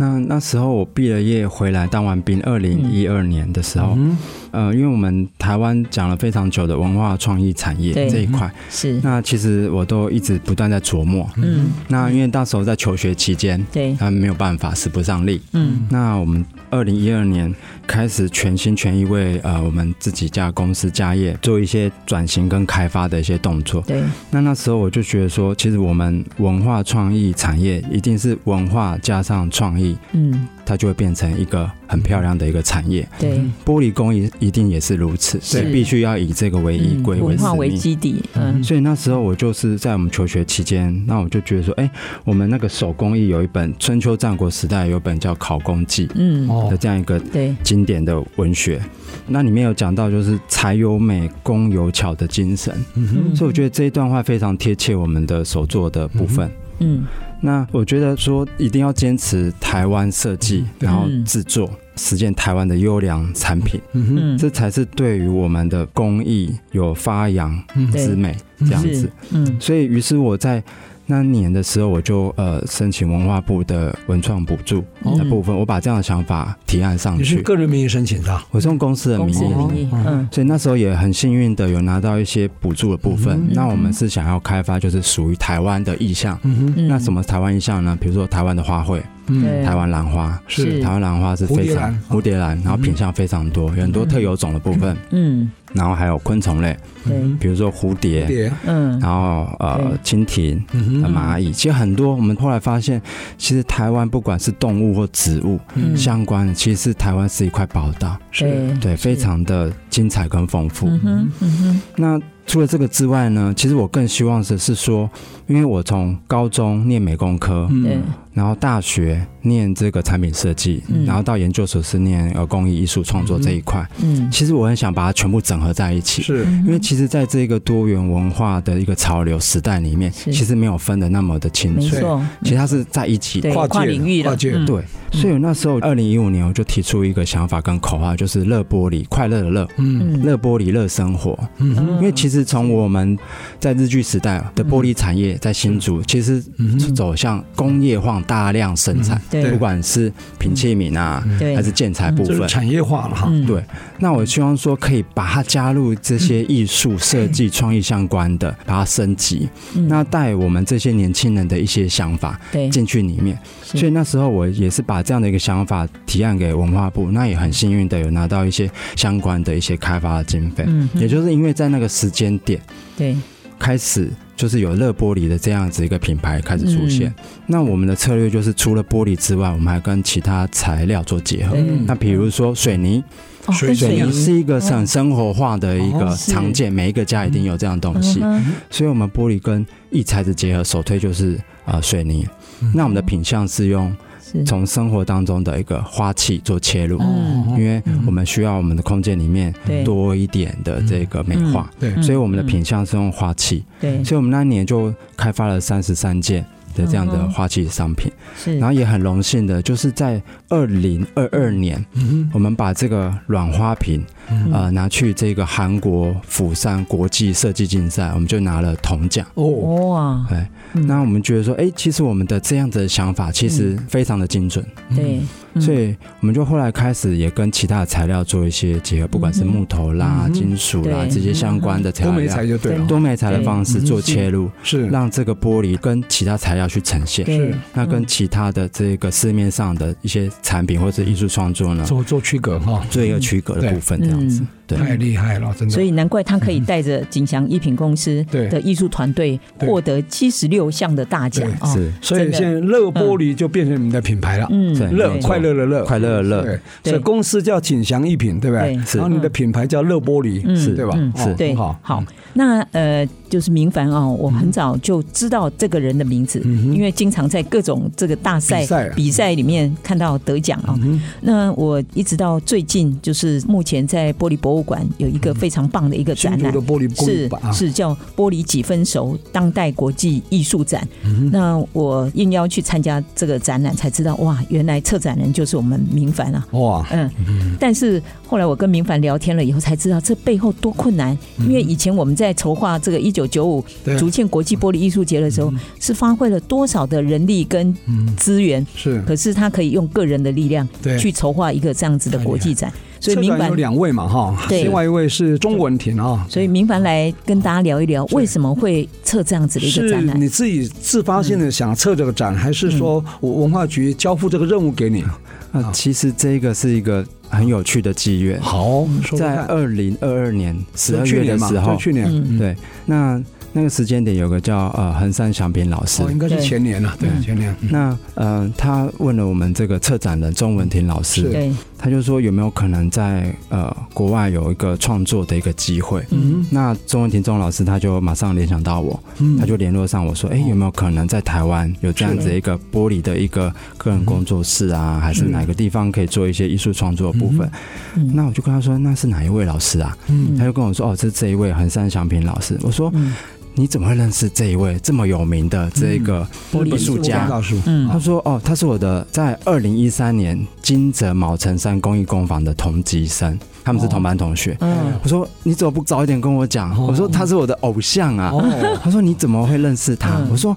C: 那那时候我毕了业回来当完兵，二零一二年的时候，
A: 嗯
C: 呃，因为我们台湾讲了非常久的文化创意产业
A: 对
C: 这一块，
A: 是，
C: 那其实我都一直不断在琢磨。
A: 嗯，
C: 那因为那时候在求学期间，
A: 对，
C: 他没有办法使不上力。
A: 嗯，
C: 那我们二零一二年开始全心全意为呃我们自己家公司家业做一些转型跟开发的一些动作。
A: 对，
C: 那那时候我就觉得说，其实我们文化创意产业一定是文化加上创意，
A: 嗯，
C: 它就会变成一个很漂亮的一个产业。
A: 对，嗯
C: 玻璃工艺一定也是如此，
A: 是
C: 必须要以这个为依
A: 嗯
C: 归为
A: 文化
C: 使
A: 为
C: 命。
A: 基底，嗯，
C: 所以那时候我就是在我们求学期间，那我就觉得说，哎、我们那个手工艺有一本春秋战国时代有一本叫《考工记》
A: 嗯，
B: 哦
C: 的，这样一个
A: 对，
C: 经典的文学，那里面有讲到就是才有美，工有巧的精神，
A: 嗯
C: 所以我觉得这一段话非常贴切我们的手作的部分。
A: 嗯，
C: 那我觉得说一定要坚持台湾设计，
A: 嗯
C: 然后制作。实践台湾的优良产品，
B: 嗯哼，
A: 嗯，
C: 这才是对于我们的工艺有发扬
B: 嗯
C: 之
A: 对
C: 美，这样子
A: 是。，嗯，
C: 所以，于是我在那年的时候，我就呃申请文化部的文创补助
A: 哦
C: 的部分，我把这样的想法提案上
B: 你是
C: 去，
B: 个人名义申请的啊，
C: 我是用公司的
A: 公
C: 名
A: 司
C: 义。
A: 名义，嗯
C: 所以那时候也很幸运的有拿到一些补助的部
A: 嗯
C: 分。那我们是想要开发就是属于台湾的意象。
B: 嗯
A: 嗯，
C: 那什么台湾意象呢？比如说台湾的花卉，
B: 哼，
A: 对
C: 台湾兰花，
A: 是
C: 台湾兰花是
B: 蝴
C: 非
B: 蝶
C: 常
B: 兰嗯
C: 蝴蝶兰，然后品相非常多，有很多特有种的部分，
A: 嗯
C: 然后还有昆虫类，
A: 对
C: 比如说蝴
B: 蝴
C: 蝶，
B: 蝶，
A: 嗯
C: 然后呃
A: 对
C: 蜻蜓、
B: 嗯
C: 呃
B: 哼，
C: 蚂蚁，其实很多。我们后来发现，其实台湾不管是动物或植物
A: 嗯
C: 相关的，其实台湾是一块宝岛，
A: 对
C: 对，非常的精彩跟丰富。
A: 嗯哼嗯哼
C: 那除了这个之外呢，其实我更希望的是说，因为我从高中念美工科，
A: 嗯对
C: 然后大学念这个产品设计，
A: 嗯
C: 然后到研究所是念呃工艺艺术创作这一块。
A: 嗯
C: 其实我很想把它全部整合在一起，
B: 是
C: 因为其实在这个多元文化的一个潮流时代里面，
A: 是
C: 其实没有分的那么的清
A: 没
C: 楚，
A: 错，嗯
C: 其实它是在一起的。
A: 对
B: 跨界
A: 跨领域了
B: 跨界
A: 嗯
C: 对，所以我那时候二零一五年我就提出一个想法跟口号，就是乐玻璃，快乐的乐，
B: 嗯
A: 嗯
C: 乐玻璃，乐生活。
B: 嗯哼，
C: 因为其实从我们在日据时代的玻璃产业在新竹，其实
B: 嗯哼
C: 走向工业化大量生产，
A: 嗯对
C: 不管是品器皿啊，
A: 对
C: 还是建材部
B: 这
C: 分
B: 嗯是。产业化了哈，
A: 嗯
C: 对，那我希望说可以把它加入这些艺术设计、创意相关的，把它升级，
A: 嗯
C: 那带我们这些年轻人的一些想法
A: 对
C: 进去里面。
A: 是
C: 所以那时候我也是把这样的一个想法提案给文化部，那也很幸运的有拿到一些相关的一些开发的经费。
A: 嗯哼
C: 也就是因为在那个时间点，
A: 对
C: 开始就是有热玻璃的这样子一个品牌开始出现。
A: 嗯
C: 那我们的策略就是除了玻璃之外，我们还跟其他材料做结合。
A: 对
C: 那比如说水泥，
A: 哦
B: 水
A: 跟
B: 水
A: 水
C: 泥
A: 泥
C: 是一个很生活化的一个
B: 哦
A: 嗯是
C: 常见，每一个家一定有这样的东西。
A: 嗯哼
C: 所以，我们玻璃跟异材质结合，首推就是呃水泥。那我们的品相是用
A: 是
C: 从生活当中的一个花器做切入，
A: 嗯
C: 因为我们需要我们的空间里面
A: 对
C: 多一点的这个美化。
B: 对
A: 嗯
C: 所以我们的品相是用花器，
A: 对
C: 所以我们那年就开发了三十三件的这样的
A: 嗯
C: 花器商品，
A: 是
B: 嗯
C: 然后也很荣幸的，就是在二零二二年，
B: 嗯
C: 我们把这个软花瓶，
B: 嗯
C: 呃，拿去这个韩国釜山国际设计竞赛，我们就拿了铜奖。
B: 哦，
A: 哇
C: 对，
A: 嗯
C: 那我们觉得说，哎，其实我们的这样子的想法其实非常的精准，
A: 对嗯
C: 所以我们就后来开始也跟其他的材料做一些结合，不管是木头啦、
B: 嗯哼
C: 金属啦
A: 对
C: 这些相关的材
B: 都
C: 料，
B: 没裁就对了，嗯
C: 多媒材的方式做切入，
B: 是
C: 让这个玻璃跟其他材料去呈现。
A: 对
C: 那跟其他的这个市面上的一些产品或者艺术创作呢，
B: 做做区隔哈，
C: 做一个区隔的部分，这样子
A: 嗯。
C: 对，
B: 太厉害了，真的。
A: 所以难怪他可以带着锦祥一品公司
B: 嗯对
A: 的艺术团队
B: 对
A: 获得七十六项的大奖
B: 对
A: 哦，
C: 是
B: 所以
A: 真的
B: 现在乐玻璃就变成你们的品牌了，
A: 嗯
C: 对
B: 乐
C: 没错
B: 快乐的乐，
C: 快乐的乐
B: 对，
A: 对
B: 所以公司叫锦祥一品，对不对
A: 对？
C: 是
B: 然后你的品牌叫乐玻璃，
A: 是
B: 对吧
A: 嗯？
B: 哦
C: 是
A: 对，
B: 很好，嗯
A: 那呃，就是明凡啊、我很早就知道这个人的名字，因为经常在各种这个大赛
B: 比赛啊
A: 赛
B: 嗯
A: 里面看到得奖啊、那我一直到最近，就是目前在玻璃博物馆有一个非常棒的一个
B: 新
A: 展
B: 竹
A: 览
B: 的。玻璃工艺
A: 是
B: 吧，啊
A: 是叫“玻璃几分熟”当代国际艺术展。
B: 嗯
A: 那我应邀去参加这个展览，才知道哇，原来策展人就是我们明凡啊。
B: 哇，
A: 嗯，但是后来我跟明凡聊天了以后，才知道这背后多困难。因为以前我们在筹划这个一九九五
B: 对
A: 竹堑国际玻璃艺术节的时候，是发挥了多少的人力跟资源，
B: 是
A: 可是他可以用个人的力量
B: 对
A: 去筹划一个这样子的国际展，所以明
B: 社
A: 凡
B: 长有。两位嘛哈，
A: 对
B: 另外一位是钟文婷啊。
A: 所以明凡来跟大家聊一聊，为什么会测这样子的一个
B: 是
A: 展览？嗯
B: 你自己自发性的想策这个展，还是说我文化局交付这个任务给你？
A: 嗯
C: 那其实这个是一个很有趣的机缘，
B: 好，说说
C: 在
B: 看
C: 二零二二年十二
B: 去
C: 月
B: 年
C: 的
B: 嘛
C: 时
B: 对
C: 候，
B: 去年，
A: 嗯
B: 嗯
C: 对，那那个时间点有个叫呃横山祥平老师
B: 哦，，应该是前年了，对，前年，嗯
C: 那呃他问了我们这个策展人钟文婷老
B: 是
C: 师，
A: 对，
C: 他就说有没有可能在呃国外有一个创作的一个机会？
A: 嗯，
C: 那钟文婷钟老师他就马上联想到我，
B: 嗯
C: 他就联络上我
A: 哦
C: 说，哎、有没有可能在台湾有这样子一个玻璃的一个个人工作室啊，还是哪个地方可以做一些艺术创作的部分？
A: 嗯
C: 那我就跟他说，那是哪一位老师啊？他就跟我说，哦，是这一位横山祥平老师。我说，
A: 嗯
C: 你怎么会认识这一位这么有名的这个
A: 玻璃
C: 艺术
B: 我
C: 家
B: 刚？告诉，
A: 嗯
C: 他说：“哦，他是我的在二零一三年金泽毛城山工艺工坊的同级生，他们是同班同学。
A: 嗯，
C: 我说：“你怎么不早一点跟我讲？”我说：“他是我的偶像啊。
B: 哦，
C: 他说：“你怎么会认识他？”
A: 嗯
C: 我说：“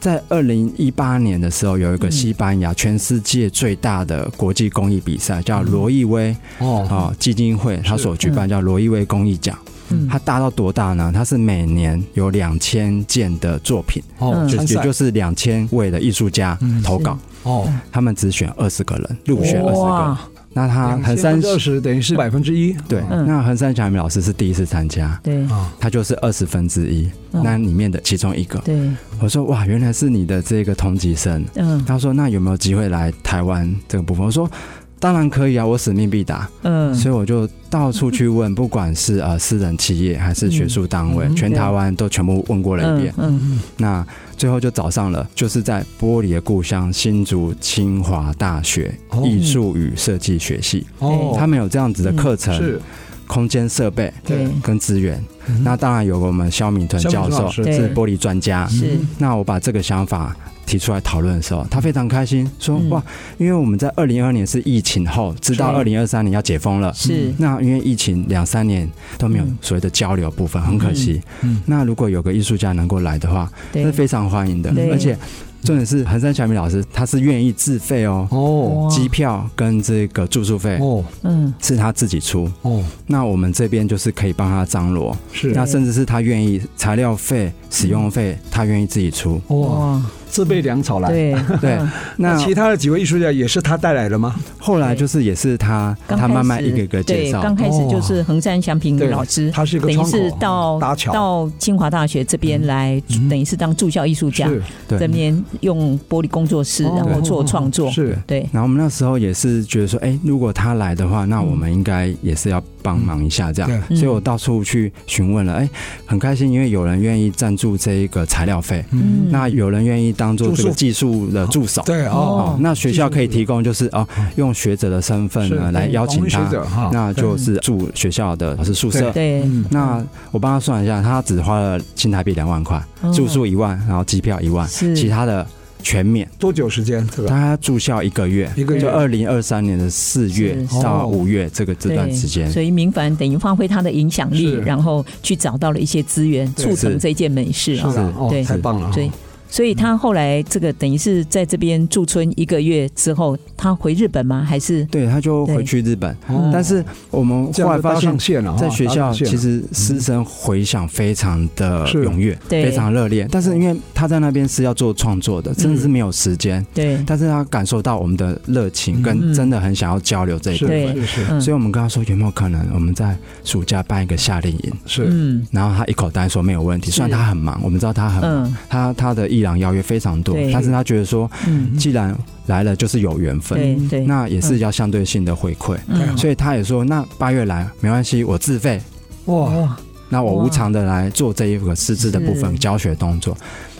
C: 在二零一八年的时候，有一个西班牙全世界最大的国际公益比赛，叫罗意威
B: 哦，
C: 啊基金会，它所举办叫罗意威公益奖。
A: 嗯
C: 它大到多大呢？它是每年有两千件的作品，
B: 哦，
A: 嗯
C: 就
B: 参
C: 也
B: 赛
C: 就是两千位的艺术家投稿，
B: 哦，
C: 他们只选二十个人，入选二十个。
A: 哇，
C: 那他横山
B: 三二十等于是百分之一，
C: 对，
A: 嗯
C: 那横山巧明老师是第一次参加，
A: 对
B: 啊，
C: 他就是二十分之一，
A: 嗯
C: 那里面的其中一个。
A: 对，
C: 我说哇，原来是你的这个同级生。
A: 嗯
C: 他说那有没有机会来台湾这个部分？我说当然可以啊，我使命必达。
A: 嗯，
C: 所以我就到处 去问，不管是呃私人企业还是学术单位，
B: 嗯
C: 全台湾都全部问过了一遍。
A: 嗯，
C: 那最后就找上了，就是在玻璃的故乡新竹清华大学
B: 哦
C: 艺术与设计学系，
B: 哦，嗯
C: 他们有这样子的课程、
B: 是
C: 空间设备
A: 对
C: 跟资源。
B: 嗯
C: 那当然有我们肖敏屯
B: 肖敏
C: 教
B: 屯
C: 授
B: 老师
A: 对
C: 是玻璃专家，
A: 嗯是，
C: 那我把这个想法提出来讨论的时候，他非常开心，说
A: 嗯
C: 哇，因为我们在二零二年是疫情后，知道二
A: 是
C: 零二三年要解封了。
A: 是，
C: 那因为疫情两三年都没有所谓的交流部分，很可惜。
B: 嗯
C: 那如果有个艺术家能够来的话，
A: 对
C: 是，非常欢迎的
A: 对。
C: 而且重点是，横山小米老师他是愿意自费哦，
B: 哦
A: 哇
C: 机票跟这个住宿费
B: 哦
A: 嗯，
C: 是他自己出。
B: 哦
C: 那我们这边就是可以帮他张罗，
B: 是
C: 那甚至是他愿意材料费、使用费，他愿意自己出。
B: 哇，
A: 哇，
B: 自备粮草来。
A: 对嗯
C: 对，那
B: 其他的几位艺术家也是他带来的吗？
C: 后来就是也是他
A: 刚开
C: 他
A: 始
C: 慢慢一个一个介
A: 对，
C: 绍
A: 刚，开始就是横山祥平老师，
B: 哦他是一个
A: 嗯等于
B: 窗口啊
A: 是到
B: 搭桥
A: 到清华大学这边来，
B: 嗯
A: 等于是当驻校艺术家，
B: 是
A: 这
C: 对。
A: 边用玻璃工作室，
B: 哦
A: 然后做创作，
B: 是
A: 对，
C: 然后我们那时候也是觉得说，哎，如果他来的话，那我们应该也是要帮忙一下这样。
B: 对
A: 嗯
C: 所以我到处去询问了，哎，很开心，因为有人愿意赞助这一个材料费，
B: 嗯
C: 那有人愿意当做这
B: 住
C: 个
B: 宿
C: 技术的助
A: 嗯
C: 手。
B: 对
C: 哦
B: 哦，，
C: 那学校可以提供就是哦
B: 嗯，
C: 用学者的身份呢
B: 是
C: 嗯来邀请
B: 访问学者哈
C: 他，那就是住学校的老师宿舍。
A: 对，
B: 嗯
C: 那我帮他算一下，他只花了新台币两万块，
B: 哦
A: 嗯
C: 住宿一万，然后机票一万，
A: 是
C: 其他的全免。
B: 多久时间？这个
C: 他住校一个月，
B: 一个月
C: 就二零二三年的四月
B: 是
C: 到
B: 哦
C: 五月这个这段时间
A: 对。所以明凡等于发挥他的影响力，
B: 是
A: 然后去找到了一些资源，
B: 对
A: 促成这件美事
B: 是
A: 啊。
B: 的哦，
A: 对
B: 太棒了，
A: 对
B: 哦
A: 所以他后来这个等于是在这边驻村一个月之后，他回日本吗？还是
C: 对，他就回去日本。
B: 哦
C: 但是我们
B: 这样
C: 后
B: 就
C: 来发
B: 搭
C: 现
B: 上，线
A: 哦
B: 了，
C: 在学校
A: 啊
C: 其
B: 实
C: 实师生回响非常
A: 嗯
C: 的
B: 是
C: 踊跃，
A: 对
C: 非常热烈。但是因为他在那边是要做创
A: 嗯
C: 作的，真的是没有时间。
A: 对
C: 但是他感受到我们的热情，
A: 嗯
C: 跟真的很想要交流这一
B: 是
C: 部分。
A: 对
B: 是是
A: 嗯
C: 所以我们跟他说有没有可能我们在暑假办一个夏令营，
B: 是
A: 嗯
C: 然后他一口答应说没有问题。
A: 是
C: 虽然他很忙，我们知道他很忙，
A: 嗯
C: 他他的伊朗邀约非常多
A: 对，
C: 但是他觉得说
A: 嗯，
C: 既然来了就是有缘分，
A: 对对，
C: 那也是要相对性的回馈。
A: 嗯
C: 所以他也说，那八月来没关系，我自费，
B: 哇，
A: 哇
C: 那我
A: 哇
C: 无偿的来做这一个师资的部分
A: 是
C: 教学动作。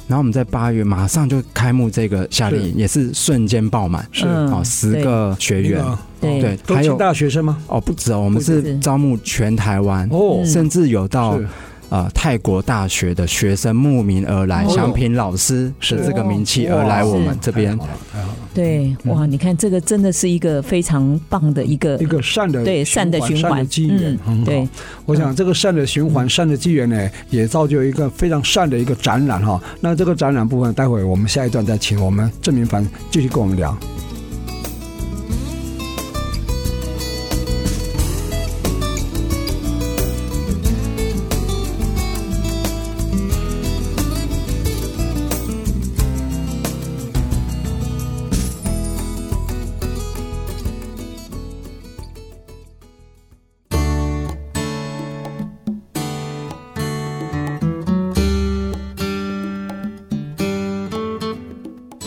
C: 然后我们在八月马上就开幕这个夏令营，也是瞬间爆满，
B: 是
A: 嗯
C: 哦，十个学员，
A: 对
C: 对，
B: 都
C: 还
B: 是
C: 有
B: 大学生吗？
C: 哦，不止哦，我们
A: 不
C: 是
A: 止
C: 招募全台湾，
B: 哦，
A: 嗯
C: 甚至有到
B: 是
C: 呃泰国大学的学生慕名而来，
B: 哦哟
C: 祥平老师
B: 是
C: 的这个名气而来
A: 哇
C: 我们
A: 是
C: 这边
B: 太好。了太好了
A: 对哇，你看这个真的是一个非常棒的一个
B: 一个善的
A: 对善的
B: 循
A: 循环
B: 善的机缘
A: 嗯，
B: 很好
A: 对。
B: 我想这个善的循环、善的机缘呢，也造就一个非常善的一个展览哈。那这个展览部分，待会我们下一段再请我们郑明凡继续跟我们聊。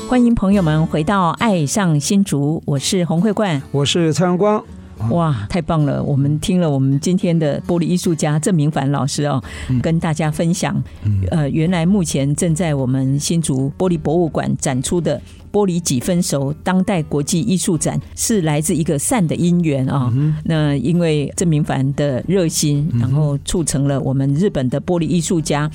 A: 欢迎朋友们回到《爱上新竹》，我是洪慧冠。
B: 我是蔡阳光，
A: 哇，太棒了！我们听了我们今天的玻璃艺术家郑明凡老师哦，跟大家分享，呃，原来目前正在我们新竹玻璃博物馆展出的《玻璃几分熟：当代国际艺术展》是来自一个善的因缘啊、那因为郑明凡的热心，然后促成了我们日本的玻璃艺术家，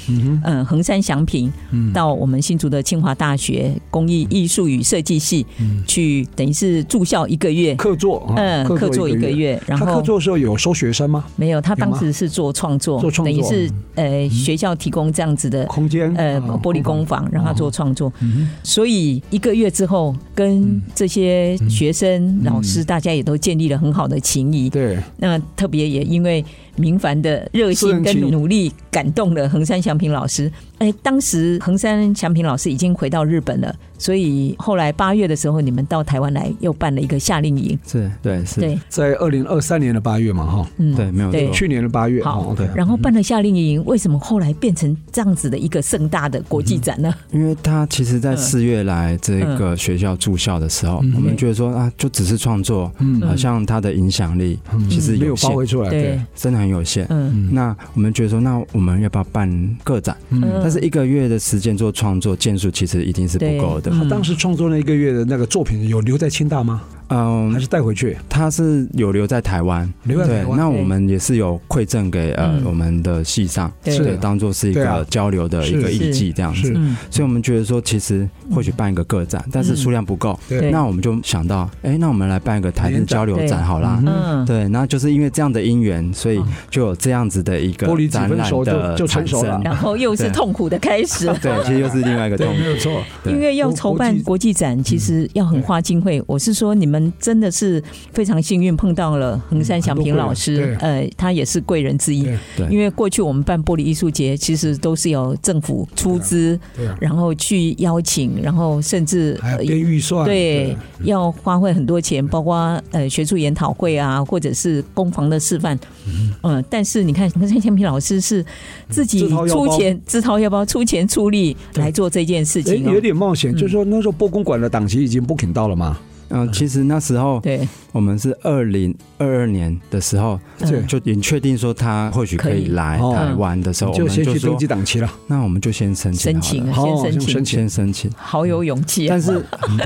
A: 呃，横山祥平到我们新竹的清华大学工艺艺术与设计系去，等于是住校一个月。
B: 客座，啊
A: 嗯，客座
B: 座
A: 一一个月，然
B: 他
A: 后
B: 客座的时候有收学生吗？
A: 没有，他
B: 有吗
A: 当时是做创作，
B: 做创
A: 等于
B: 作
A: 是呃学校提供这样子的
B: 空间
A: 呃
B: 啊
A: 玻璃工坊，让他做创作。
B: 嗯
A: 所以一个月之后，跟这些学
B: 嗯
A: 生、老师，大家也都建立了很好的情谊。
B: 对，
A: 那特别也因为明凡的热
B: 私人
A: 心跟
B: 情谊
A: 努力，感动了横山祥平老师。哎，当时横山祥平老师已经回到日本了，所以后来八月的时候，你们到台湾来又办了一个夏令营。
C: 是对是，
A: 对，
B: 在二零二三年的八月嘛，哈，
A: 嗯，
C: 对没有
A: 对
C: 错
B: 去年的八月，
A: 好
B: 哦对，
A: 然后办了夏令营，为什么后来变成这样子的一个盛大的国际展
B: 嗯
A: 呢？
C: 因为他其实，
A: 嗯
C: 在四月来这个学校住校的时候，我们觉得说啊，就只是创作，
A: 嗯
C: 好像它的影响力其实
B: 嗯没有
C: 有
B: 发
C: 限，
B: 挥出来，啊对，，
C: 真的很有限。
A: 嗯
C: 那我们觉得说，那我们要不要办个展？
A: 嗯
C: 但是一个月的时间做创作，件数其实一定是不够的。
A: 对嗯
B: 当时创作那一个月的那个作品有留在清大吗？还
C: 嗯，
B: 是带回去？
C: 他是有留在台湾，
B: 留在台湾
C: 对那我们也是有馈赠给呃
A: 嗯
C: 我们的系上，
A: 对
C: 对，当做是一
B: 对
C: 个
B: 啊
C: 交流的一个
B: 是
C: 艺伎这样子
B: 是。
A: 嗯，
C: 所以我们觉得说，其实或许办一个个展，但是数量不够，
A: 对
C: 那我们就想到，哎、那我们来办一个台日交流
A: 联展
C: 展好啦。
A: 嗯，
C: 对，那就是因为这样的因缘，所以就有这样子的一个
B: 玻璃几
C: 展
B: 分
C: 览
B: 熟就
C: 的
B: 就成
C: 产
B: 熟了
C: 生。
A: 然后又是痛苦的开始，
C: 对，其实又是另外一个动
B: 对，
C: 力
B: 没。有错，
C: 对
A: 因为要筹办
B: 国
A: 国际展，其实要很花经费。我是说，你们真的是非常幸运碰到了横山祥平老师
B: 嗯，
A: 呃，他也是贵人之一
B: 对。
C: 对
A: 因为过去我们办玻璃艺术节，其实都是由政府出资，
B: 对啊，
A: 然后去邀请，然后甚至
B: 还有
A: 呃
B: 编预算，
A: 对，要花费很多钱，包括呃学术研讨会啊，或者是攻防的示范，嗯，但是你看，陈千平老师是自己
B: 自掏腰
A: 出
B: 包
A: 钱自掏腰包、出钱出力
B: 对
A: 来做这件事
B: 哎，
A: 情
B: 有
A: 哦，
B: 点冒险，就是说那时候波公馆的档期已经 booking 到了嘛，
C: 嗯、其实那时候
A: 对，
C: 我们是二零二二年的时候，
A: 嗯
B: 对
C: 就已经确定说他或许可
A: 可以嗯
C: 以来
B: 哦
C: 台湾的时候，我
B: 就
C: 们
B: 先
C: 就
B: 去
C: 说
B: 登记，档期了，
C: 那我们就先申请
A: 申
C: 好了，
A: 请啊
B: 好
A: 先申
B: 先申
A: 请，
B: 请嗯
C: 先申请。
A: 好有勇气啊
C: 但！是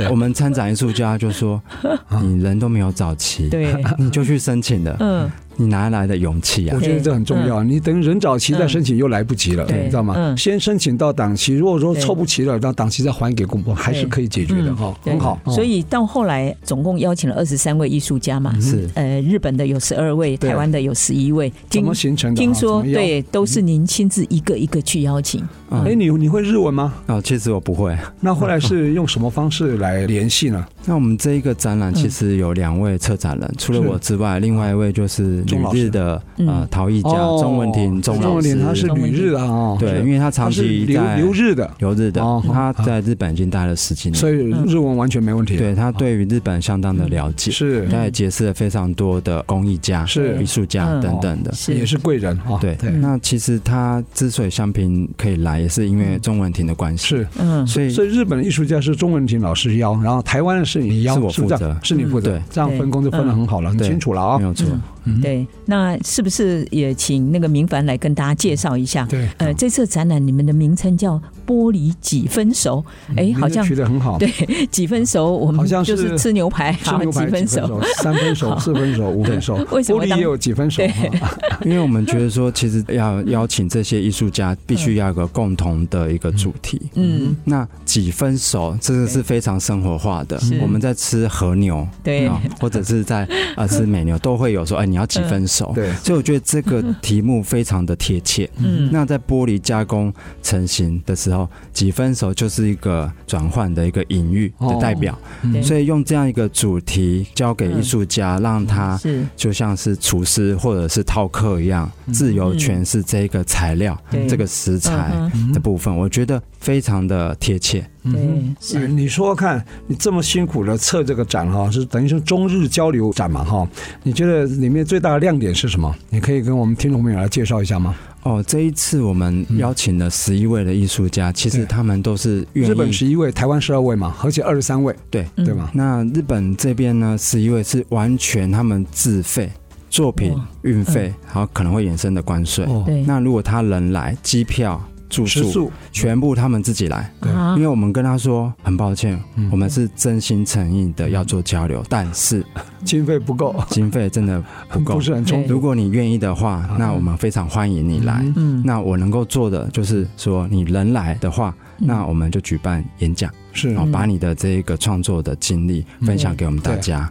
C: 我们参展艺术家就说， 你人都没有找齐，
A: 对，
C: 你就去申请了，
A: 嗯，
C: 你哪来的勇气啊
B: 我？觉得这很重要。你等人早期再申请又来不及了，
A: 嗯对
B: 你知道吗？
A: 嗯
B: 先申请到档期，如果说
A: 对
B: 凑不齐了，让档期再还给公部，还是可以解决的
A: 嗯
B: 哈，
A: 对
B: 很好。哦
A: 所以到后来，总共邀请了二十三位艺术家嘛，
C: 是
A: 呃，日本的有十二位，
B: 嗯对
A: 台湾的有十一位，
B: 怎
A: 听
B: 么形成的？
A: 听
B: 哈
A: 说，
B: 怎么嗯样
A: 对，嗯都是您亲自一个一个去邀请。
B: 哎，你你会日文吗？
C: 嗯哦，其实我不会。
B: 那后来是用什么方式来联系呢？
C: 那我们这一个展览
B: 嗯
C: 其实有两位策展人，除了我之外，另外一位就是
B: 钟
C: 旅
B: 老师哦哎
C: 日的
A: 嗯
C: 呃陶艺家钟文婷钟
B: 钟
C: 老
B: 文
C: 师
B: 婷，他是旅日的啊，哦
C: 对，因为他长
B: 他是
C: 期
B: 留
C: 在
B: 留日的，
C: 留日的
B: 哦，
C: 他在日本已经待了十几
B: 所
C: 年，
B: 以
A: 嗯
B: 日文完全没问题。
C: 对他对于日本相当的了解，
B: 嗯是
C: 他也结识了非常多的工艺家、
B: 是哦
C: 艺术家
A: 嗯
C: 等等的。
A: 是
B: 也是贵人哈。
C: 对，那其实他之所以香平可以来，也是因为钟文婷的关
B: 嗯
C: 系。
B: 是。
A: 嗯，
C: 所以
B: 所以日本的艺术家是钟文婷老师邀，然后台湾的是你邀，
C: 是我
B: 不是
C: 负
B: 这
C: 责
B: 样？是你负责
C: 嗯，
B: 这样分工就分得很好了，很
C: 对
B: 清楚了啊
C: 没。有错，
A: 对，那是不是也请那个明凡来跟大家介绍一下？
B: 对，
A: 呃，这次展览你们的名称叫“玻璃几分熟”，哎，好像
B: 取得很好，
A: 对几分熟，我们
B: 好像是
A: 就是吃牛排，
B: 吃
A: 好
B: 牛
A: 几
B: 排
A: 分
B: 几分
A: 熟，
B: 熟，三分熟、四分熟、五分熟，
A: 为什么
B: 玻璃
A: 当
B: 也有几分啊熟
A: 对
B: 哈。
C: 因为我们觉得说，其实要邀请这些艺术家，必须要有个共同的一个主题。
A: 嗯，
C: 那几分熟，这个是非常生活化的
A: 是。
C: 我们在吃和牛，
A: 对
C: 啊或者是在 呃吃美牛，都会有说，哎，你要几分熟？
B: 对
C: 所以我觉得这个题目非常的贴切。
A: 嗯
C: 那在玻璃加工成型的时候，几分熟就是一个转换的一个隐喻的代表。
A: 哦对
C: 嗯
A: 嗯
C: 所以用这样一个主题交给艺术家，让他
A: 是嗯
C: 就像是厨师或者是饕客一样，自由诠释这个材料、
A: 对
C: 这个食材
A: 嗯
C: 的部分，我觉得非常的贴切。
A: 对
B: 哎
A: 是
B: 你说说看，你这么辛苦的测这个展哈，是等于是中日交流展嘛哈？你觉得里面最大的亮点是什么？你可以跟我们听众朋友来介绍一下吗？
C: 哦，这一次我们邀请了十一位的艺术家，其实他们都是愿
B: 日本
C: 意。
B: 十一位，台湾十二位嘛，而且二十三位，
C: 对，
B: 对
A: 嗯
B: 吗？
C: 那日本这边呢，十一位是完全他们自费作品
A: 哇、嗯
C: 运费，还有可能会衍生的关税。
B: 哦
A: 对嗯
C: 那如果他人来，机票、住
B: 食
C: 宿
B: 宿
C: 全部他们自己来。
A: 啊
C: 因为我们跟他说很抱歉，
B: 嗯
C: 我们是真心诚意的要做交流，但是
B: 经费不够，
C: 经费真的不够
B: 不。是嗯很充
A: 对
C: 如果你愿意的话，那我们非常欢迎你来。
A: 嗯
C: 那我能够做的就是说，你人来的话，
B: 嗯
C: 那我们就举办演讲，
B: 是嗯
C: 然后把你的这个创作的经历分享给我们大家。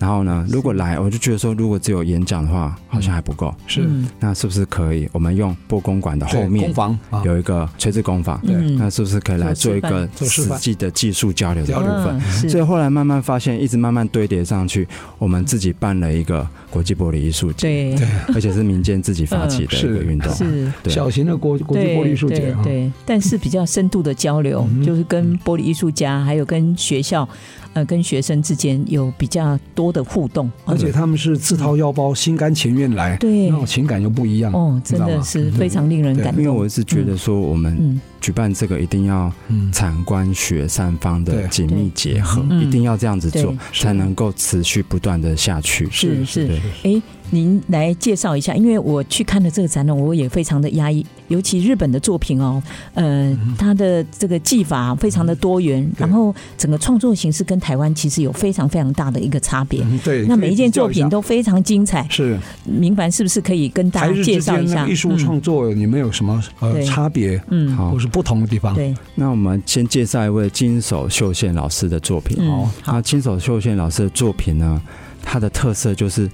C: 然后呢，如果来，我就觉得说，如果只有演讲的话，好像还不够。
B: 是
C: 那是不是可以？我们用波公馆的嗯后
B: 对
C: 面
B: 工坊啊，
C: 有一个垂直工坊，
A: 嗯
C: 那是不是可以来做一个
B: 做示
C: 实
B: 范
C: 际的技术交流的
B: 交
C: 部
B: 流嗯
C: 分？
A: 嗯是
C: 所以后来慢慢发现，一直慢慢堆叠上去，我们自己办了一个国际玻璃艺术节，
A: 对
C: 而且是民间自己发起的一
B: 嗯
C: 个
B: 是
C: 运动。
A: 嗯是。
C: 对
B: 小型的国国际
A: 对
B: 玻璃艺术节嗯
A: 对
B: 啊，
A: 对，但是比较深度的交流，就是跟玻璃艺术家，还有跟学校，呃，跟学生之间有比较多的互动。哦
B: 而且他们是自掏腰包、心甘情愿来，
A: 对
B: 那种情感又不一样。
A: 哦，真
B: 你知道
A: 的
B: 吗嗯
A: 是非常令人感
C: 因为
A: 动。
C: 我是觉得说，我们
A: 嗯，
C: 举办这个一定要
B: 嗯，
C: 产官学三方的
B: 对
C: 紧密结合，
A: 嗯
C: 一定要这样子做
A: 对，
C: 才能够持续不断的下去。
A: 是是
C: 对。
A: 哎，您来介绍一下，因为我去看了这个展览，我也非常的压抑，尤其日本的作品哦，呃，它的这个技法非常的多元，
B: 嗯对
A: 然后整个创作形式跟台湾其实有非常非常大的一个差别。
B: 嗯对。
A: 那每一件作品
B: 都
A: 都非常精彩，
B: 是
A: 明凡是不是可以跟大
B: 台
A: 家
B: 日
A: 介
B: 之
A: 绍一
B: 间那
A: 下嗯
B: 个艺术创作，你们有什么呃
A: 对
B: 差别
A: 嗯？嗯，
C: 好
B: 或，是不同的地方？
A: 对，
C: 那我们先介绍一位金手秀宪老师的作品。
A: 嗯
C: 哦，
A: 好
C: 那金手秀宪老师的作品呢，它的特色就是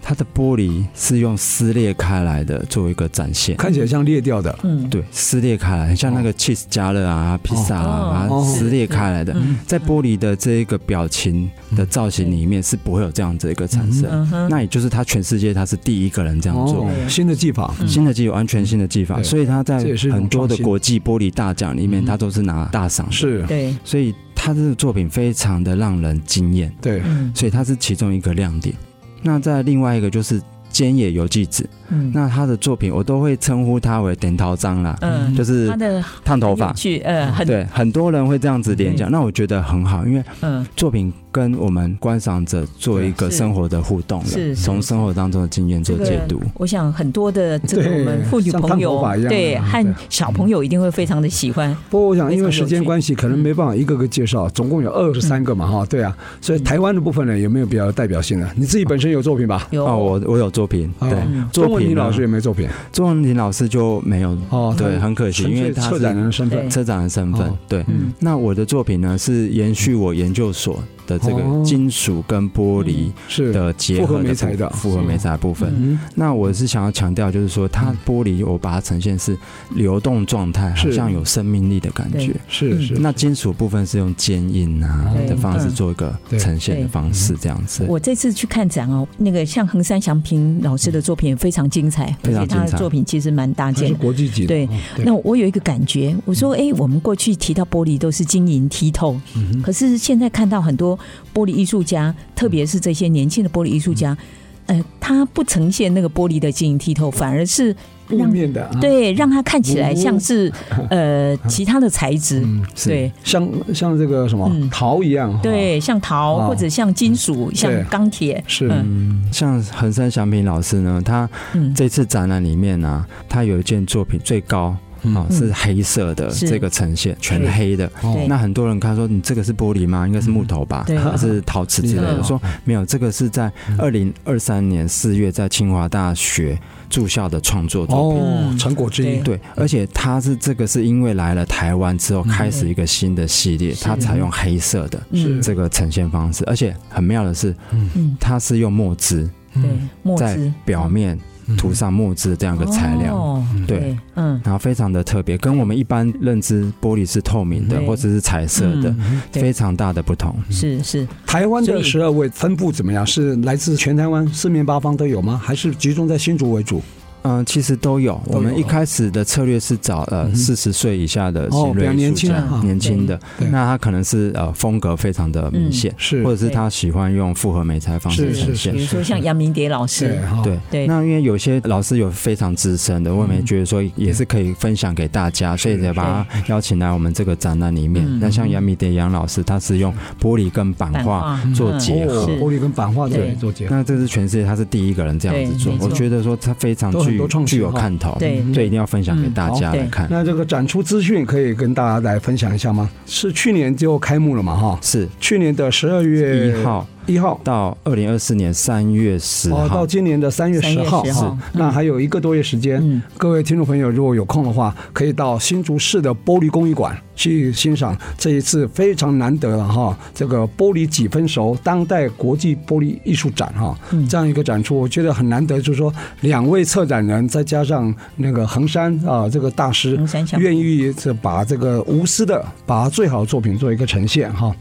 C: 它的玻璃是用撕裂开来的，做一个展现。
B: 看起来像裂掉的，
A: 嗯，
C: 对，撕裂开来，很像那
A: 哦
C: 个 cheese 加热啊、披萨啊，把
B: 哦
C: 它撕裂开来的
A: 嗯，
C: 在玻璃的这一个表情的造型里面是不会有这样子一个产生。
A: 嗯哼，
C: 那也就是他全世界他是第一个人这样做
B: 哦。新的技
A: 嗯
B: 法，
C: 新的技法，完全新的技法，
B: 对
C: 所以他在
B: 这也是一种
C: 很多的
B: 创新
C: 国际玻璃大奖里
A: 嗯
C: 面，他都是拿大赏的。
B: 是
A: 对，
C: 所以他这个作品非常的让人惊艳，
B: 对，
A: 嗯
C: 所以它是其中一个亮点。那再另外一个就是菅野由纪子，
A: 嗯
C: 那他的作品我都会称呼他为点头章啦，
A: 嗯，
C: 就是
A: 他的
C: 烫头发
A: 很有。趣，
B: 嗯
A: 嗯呃，很
C: 对，很多人会这样子联想，那我觉得很好，因为
A: 嗯
C: 作品跟我们观赏者做一个
A: 是
C: 生活的互动了
A: 是是
C: 从生活当中的经验做解读。
A: 我想很多的这个
B: 对
A: 我们妇女朋
B: 像烫头
A: 友
B: 发一，样
A: 对，
B: 嗯
A: 和小朋友一定会非常的喜欢。
B: 不过我想，因为时间关系，可能没办法一个个介绍，总共有二十三个
A: 嗯
B: 嘛，哈，对啊，所以台湾的部分呢，有没有比较有代表性的？你自己本身有作品吧？
A: 有嗯
C: 哦，我我有作品，对，
B: 哦
C: 作
B: 钟文
C: 品
B: 婷
C: 呢
B: 老师有没有作品？
C: 周文婷老师就没有
B: 哦
C: 对，很可惜，因为他
B: 策
C: 是
B: 展人的身份
A: 对
C: 车长的身份。
B: 哦
C: 对，
A: 嗯
C: 那我的作品呢是延续我研究所的这
B: 哦
C: 个金属跟玻璃
B: 是
C: 的结
B: 复合
C: 合
B: 媒
C: 的
B: 材
C: 部
B: 的
C: 分复合媒材的部分。
B: 嗯
C: 那我是想要强调，就是说它玻璃我把它呈现是流动状态，
B: 是
C: 好像有生命力的感觉
A: 对。
B: 是是，
C: 那金属部分是用坚硬啊
A: 对
C: 的方式
A: 嗯
C: 做一个呈现的方式，这样子。
A: 我这次去看展哦，那个像横山祥平老师的作品也非常精彩，而
C: 非常
A: 且他
C: 精
A: 的
C: 彩
A: 作品其实蛮搭
B: 它
A: 建
B: 是
A: 的。
B: 国际级的，
A: 对
B: 哦
A: 那我有一个感觉，我说，
C: 嗯
A: 哎、我们过去提到玻璃都是晶莹剔透，可是现在看到很多玻璃艺术家，特别是这些年轻的玻璃艺术家，
C: 嗯
A: 呃，他不呈现那个玻璃的晶莹剔透，反而是
B: 雾
A: 让
B: 面的，啊，
C: 嗯
A: 对让它看起来像是呃其他的材质，
B: 嗯，
C: 哦是
A: 对
B: 像像这个什么
A: 嗯
B: 陶一样，哈，
A: 对，像
B: 哦
A: 陶或者像金
C: 嗯
A: 属，像钢铁，
B: 是
A: 嗯
C: 像横山祥平老师呢，他
A: 嗯，
C: 这次展览里面呢、他有一件作品最高
B: 嗯
C: 啊、是黑色的
A: 是
C: 这个呈现，全
A: 对
C: 黑的。
B: 哦
A: 对
C: 那很多人看说你这个是玻璃吗？应该是木头吧，
A: 对
C: 还是陶瓷之类的？
A: 嗯
C: 我说没有，这个是在二零二三年四月在清华大学住校的创作作品。
B: 哦，成果之一，
A: 对
C: 对，而且他是这个是因为来了台湾之后开始一个新的系列，
A: 是
C: 他采用黑色的
B: 是
C: 这个呈现方式，而且很妙的是，
A: 嗯，
C: 它是用墨汁
A: 对，墨
C: 嗯在
A: 汁
C: 表面涂上墨汁这样一个材料。
A: 嗯哦
C: 对，
A: 对，嗯，
C: 然后非常的特别，跟我们一般认知玻璃是透明的
A: 对
C: 或者是彩色的
A: 嗯，对
C: 非常大的不同。
B: 嗯
A: 是是。
B: 台湾
A: 所
B: 的
A: 以
B: 十二位分布怎么样？是来自全台湾四面八方都有吗？还是集中在新竹为主？
C: 嗯，其实都有。
B: 有
C: 我们一开始的策略是找
B: 嗯
C: 呃
B: 哼
C: 四十岁以下的
B: 哦
C: 新
B: 比较
C: 锐
B: 年
C: 艺术
B: 轻
C: 家
B: 人哈，
C: 年轻的，
B: 对嗯
C: 那他可能是呃风格非常的明显，
B: 是
C: 或者是他喜欢用复合美材方式
B: 是
C: 呈
B: 是
C: 现
A: 比。如说像杨明蝶老师，
B: 哈哦
C: 对
A: 对
C: 那因为有些老师有非常资深的，我们也觉得说也是可以分享给大家，所以才把
B: 嗯
C: 他邀请来我们这个展览里面
A: 嗯。
C: 那像杨米德杨老师，他是用玻璃跟版
A: 版
C: 画
A: 画
C: 做
A: 嗯
C: 结合
B: 哦，
A: 是
B: 玻璃跟版画对
A: 对
B: 做结合，
C: 那这是全世界他是第一个人这样子
A: 对
C: 做
A: 没，错
C: 我觉得说他非常
B: 都很
C: 具
B: 多创新哦
C: 具有
B: 哈
C: 看头，
A: 对
C: 对，一定要分享给大家
A: 嗯
C: 来看。
B: 那这个展出资讯可以跟大家来分享一下吗？是去年就开幕了嘛哈？
C: 是
B: 去年的十二月
C: 一号
B: 一号。
C: 到二零二四年三月十
B: 哦，
C: 号
B: 到，今年的三月
A: 3
B: 十
A: 月
B: 号，
A: 10号
B: 是那还有一个多月时间。
A: 嗯
B: 各位听众朋友，如果有空的话，可以到新竹市的玻璃工艺馆去欣赏这一次非常难得了哈，这个玻璃几分熟当代国际玻璃艺术展哈，
A: 嗯
B: 这样一个展出，我觉得很难得，就是说两位策展人再加上那个衡山啊这个大师
A: 衡山小
B: 愿意这把这个无私的把最好的作品做一个呈现哈。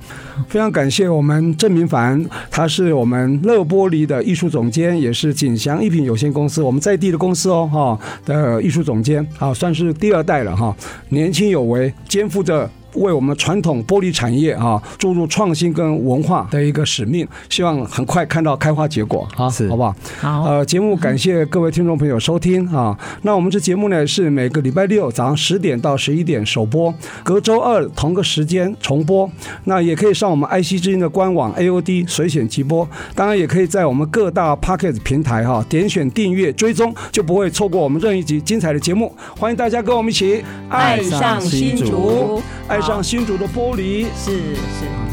B: 非常感谢我们郑明凡，他是我们乐玻璃的艺术总监，也是锦祥一品有限公司我们在地的公司哦哈、的艺术总监啊，算是第二代了哈、年轻有为，肩负着。为我们传统玻璃产业啊注入创新跟文化的一个使命，希望很快看到开花结果啊，
C: 是
B: 好不好？
A: 好，
B: 呃，节目感谢各位听众朋友收听啊。那我们这节目呢是每个礼拜六早上十点到十一点首播，隔周二同个时间重播。那也可以上我们爱惜之音的官网 AOD 随选直播，当然也可以在我们各大 Pocket 平台哈、点选订阅追踪，就不会错过我们任意一集精彩的节目。欢迎大家跟我们一起
C: 爱上新竹，
B: 爱上新竹的玻璃。
A: 是是。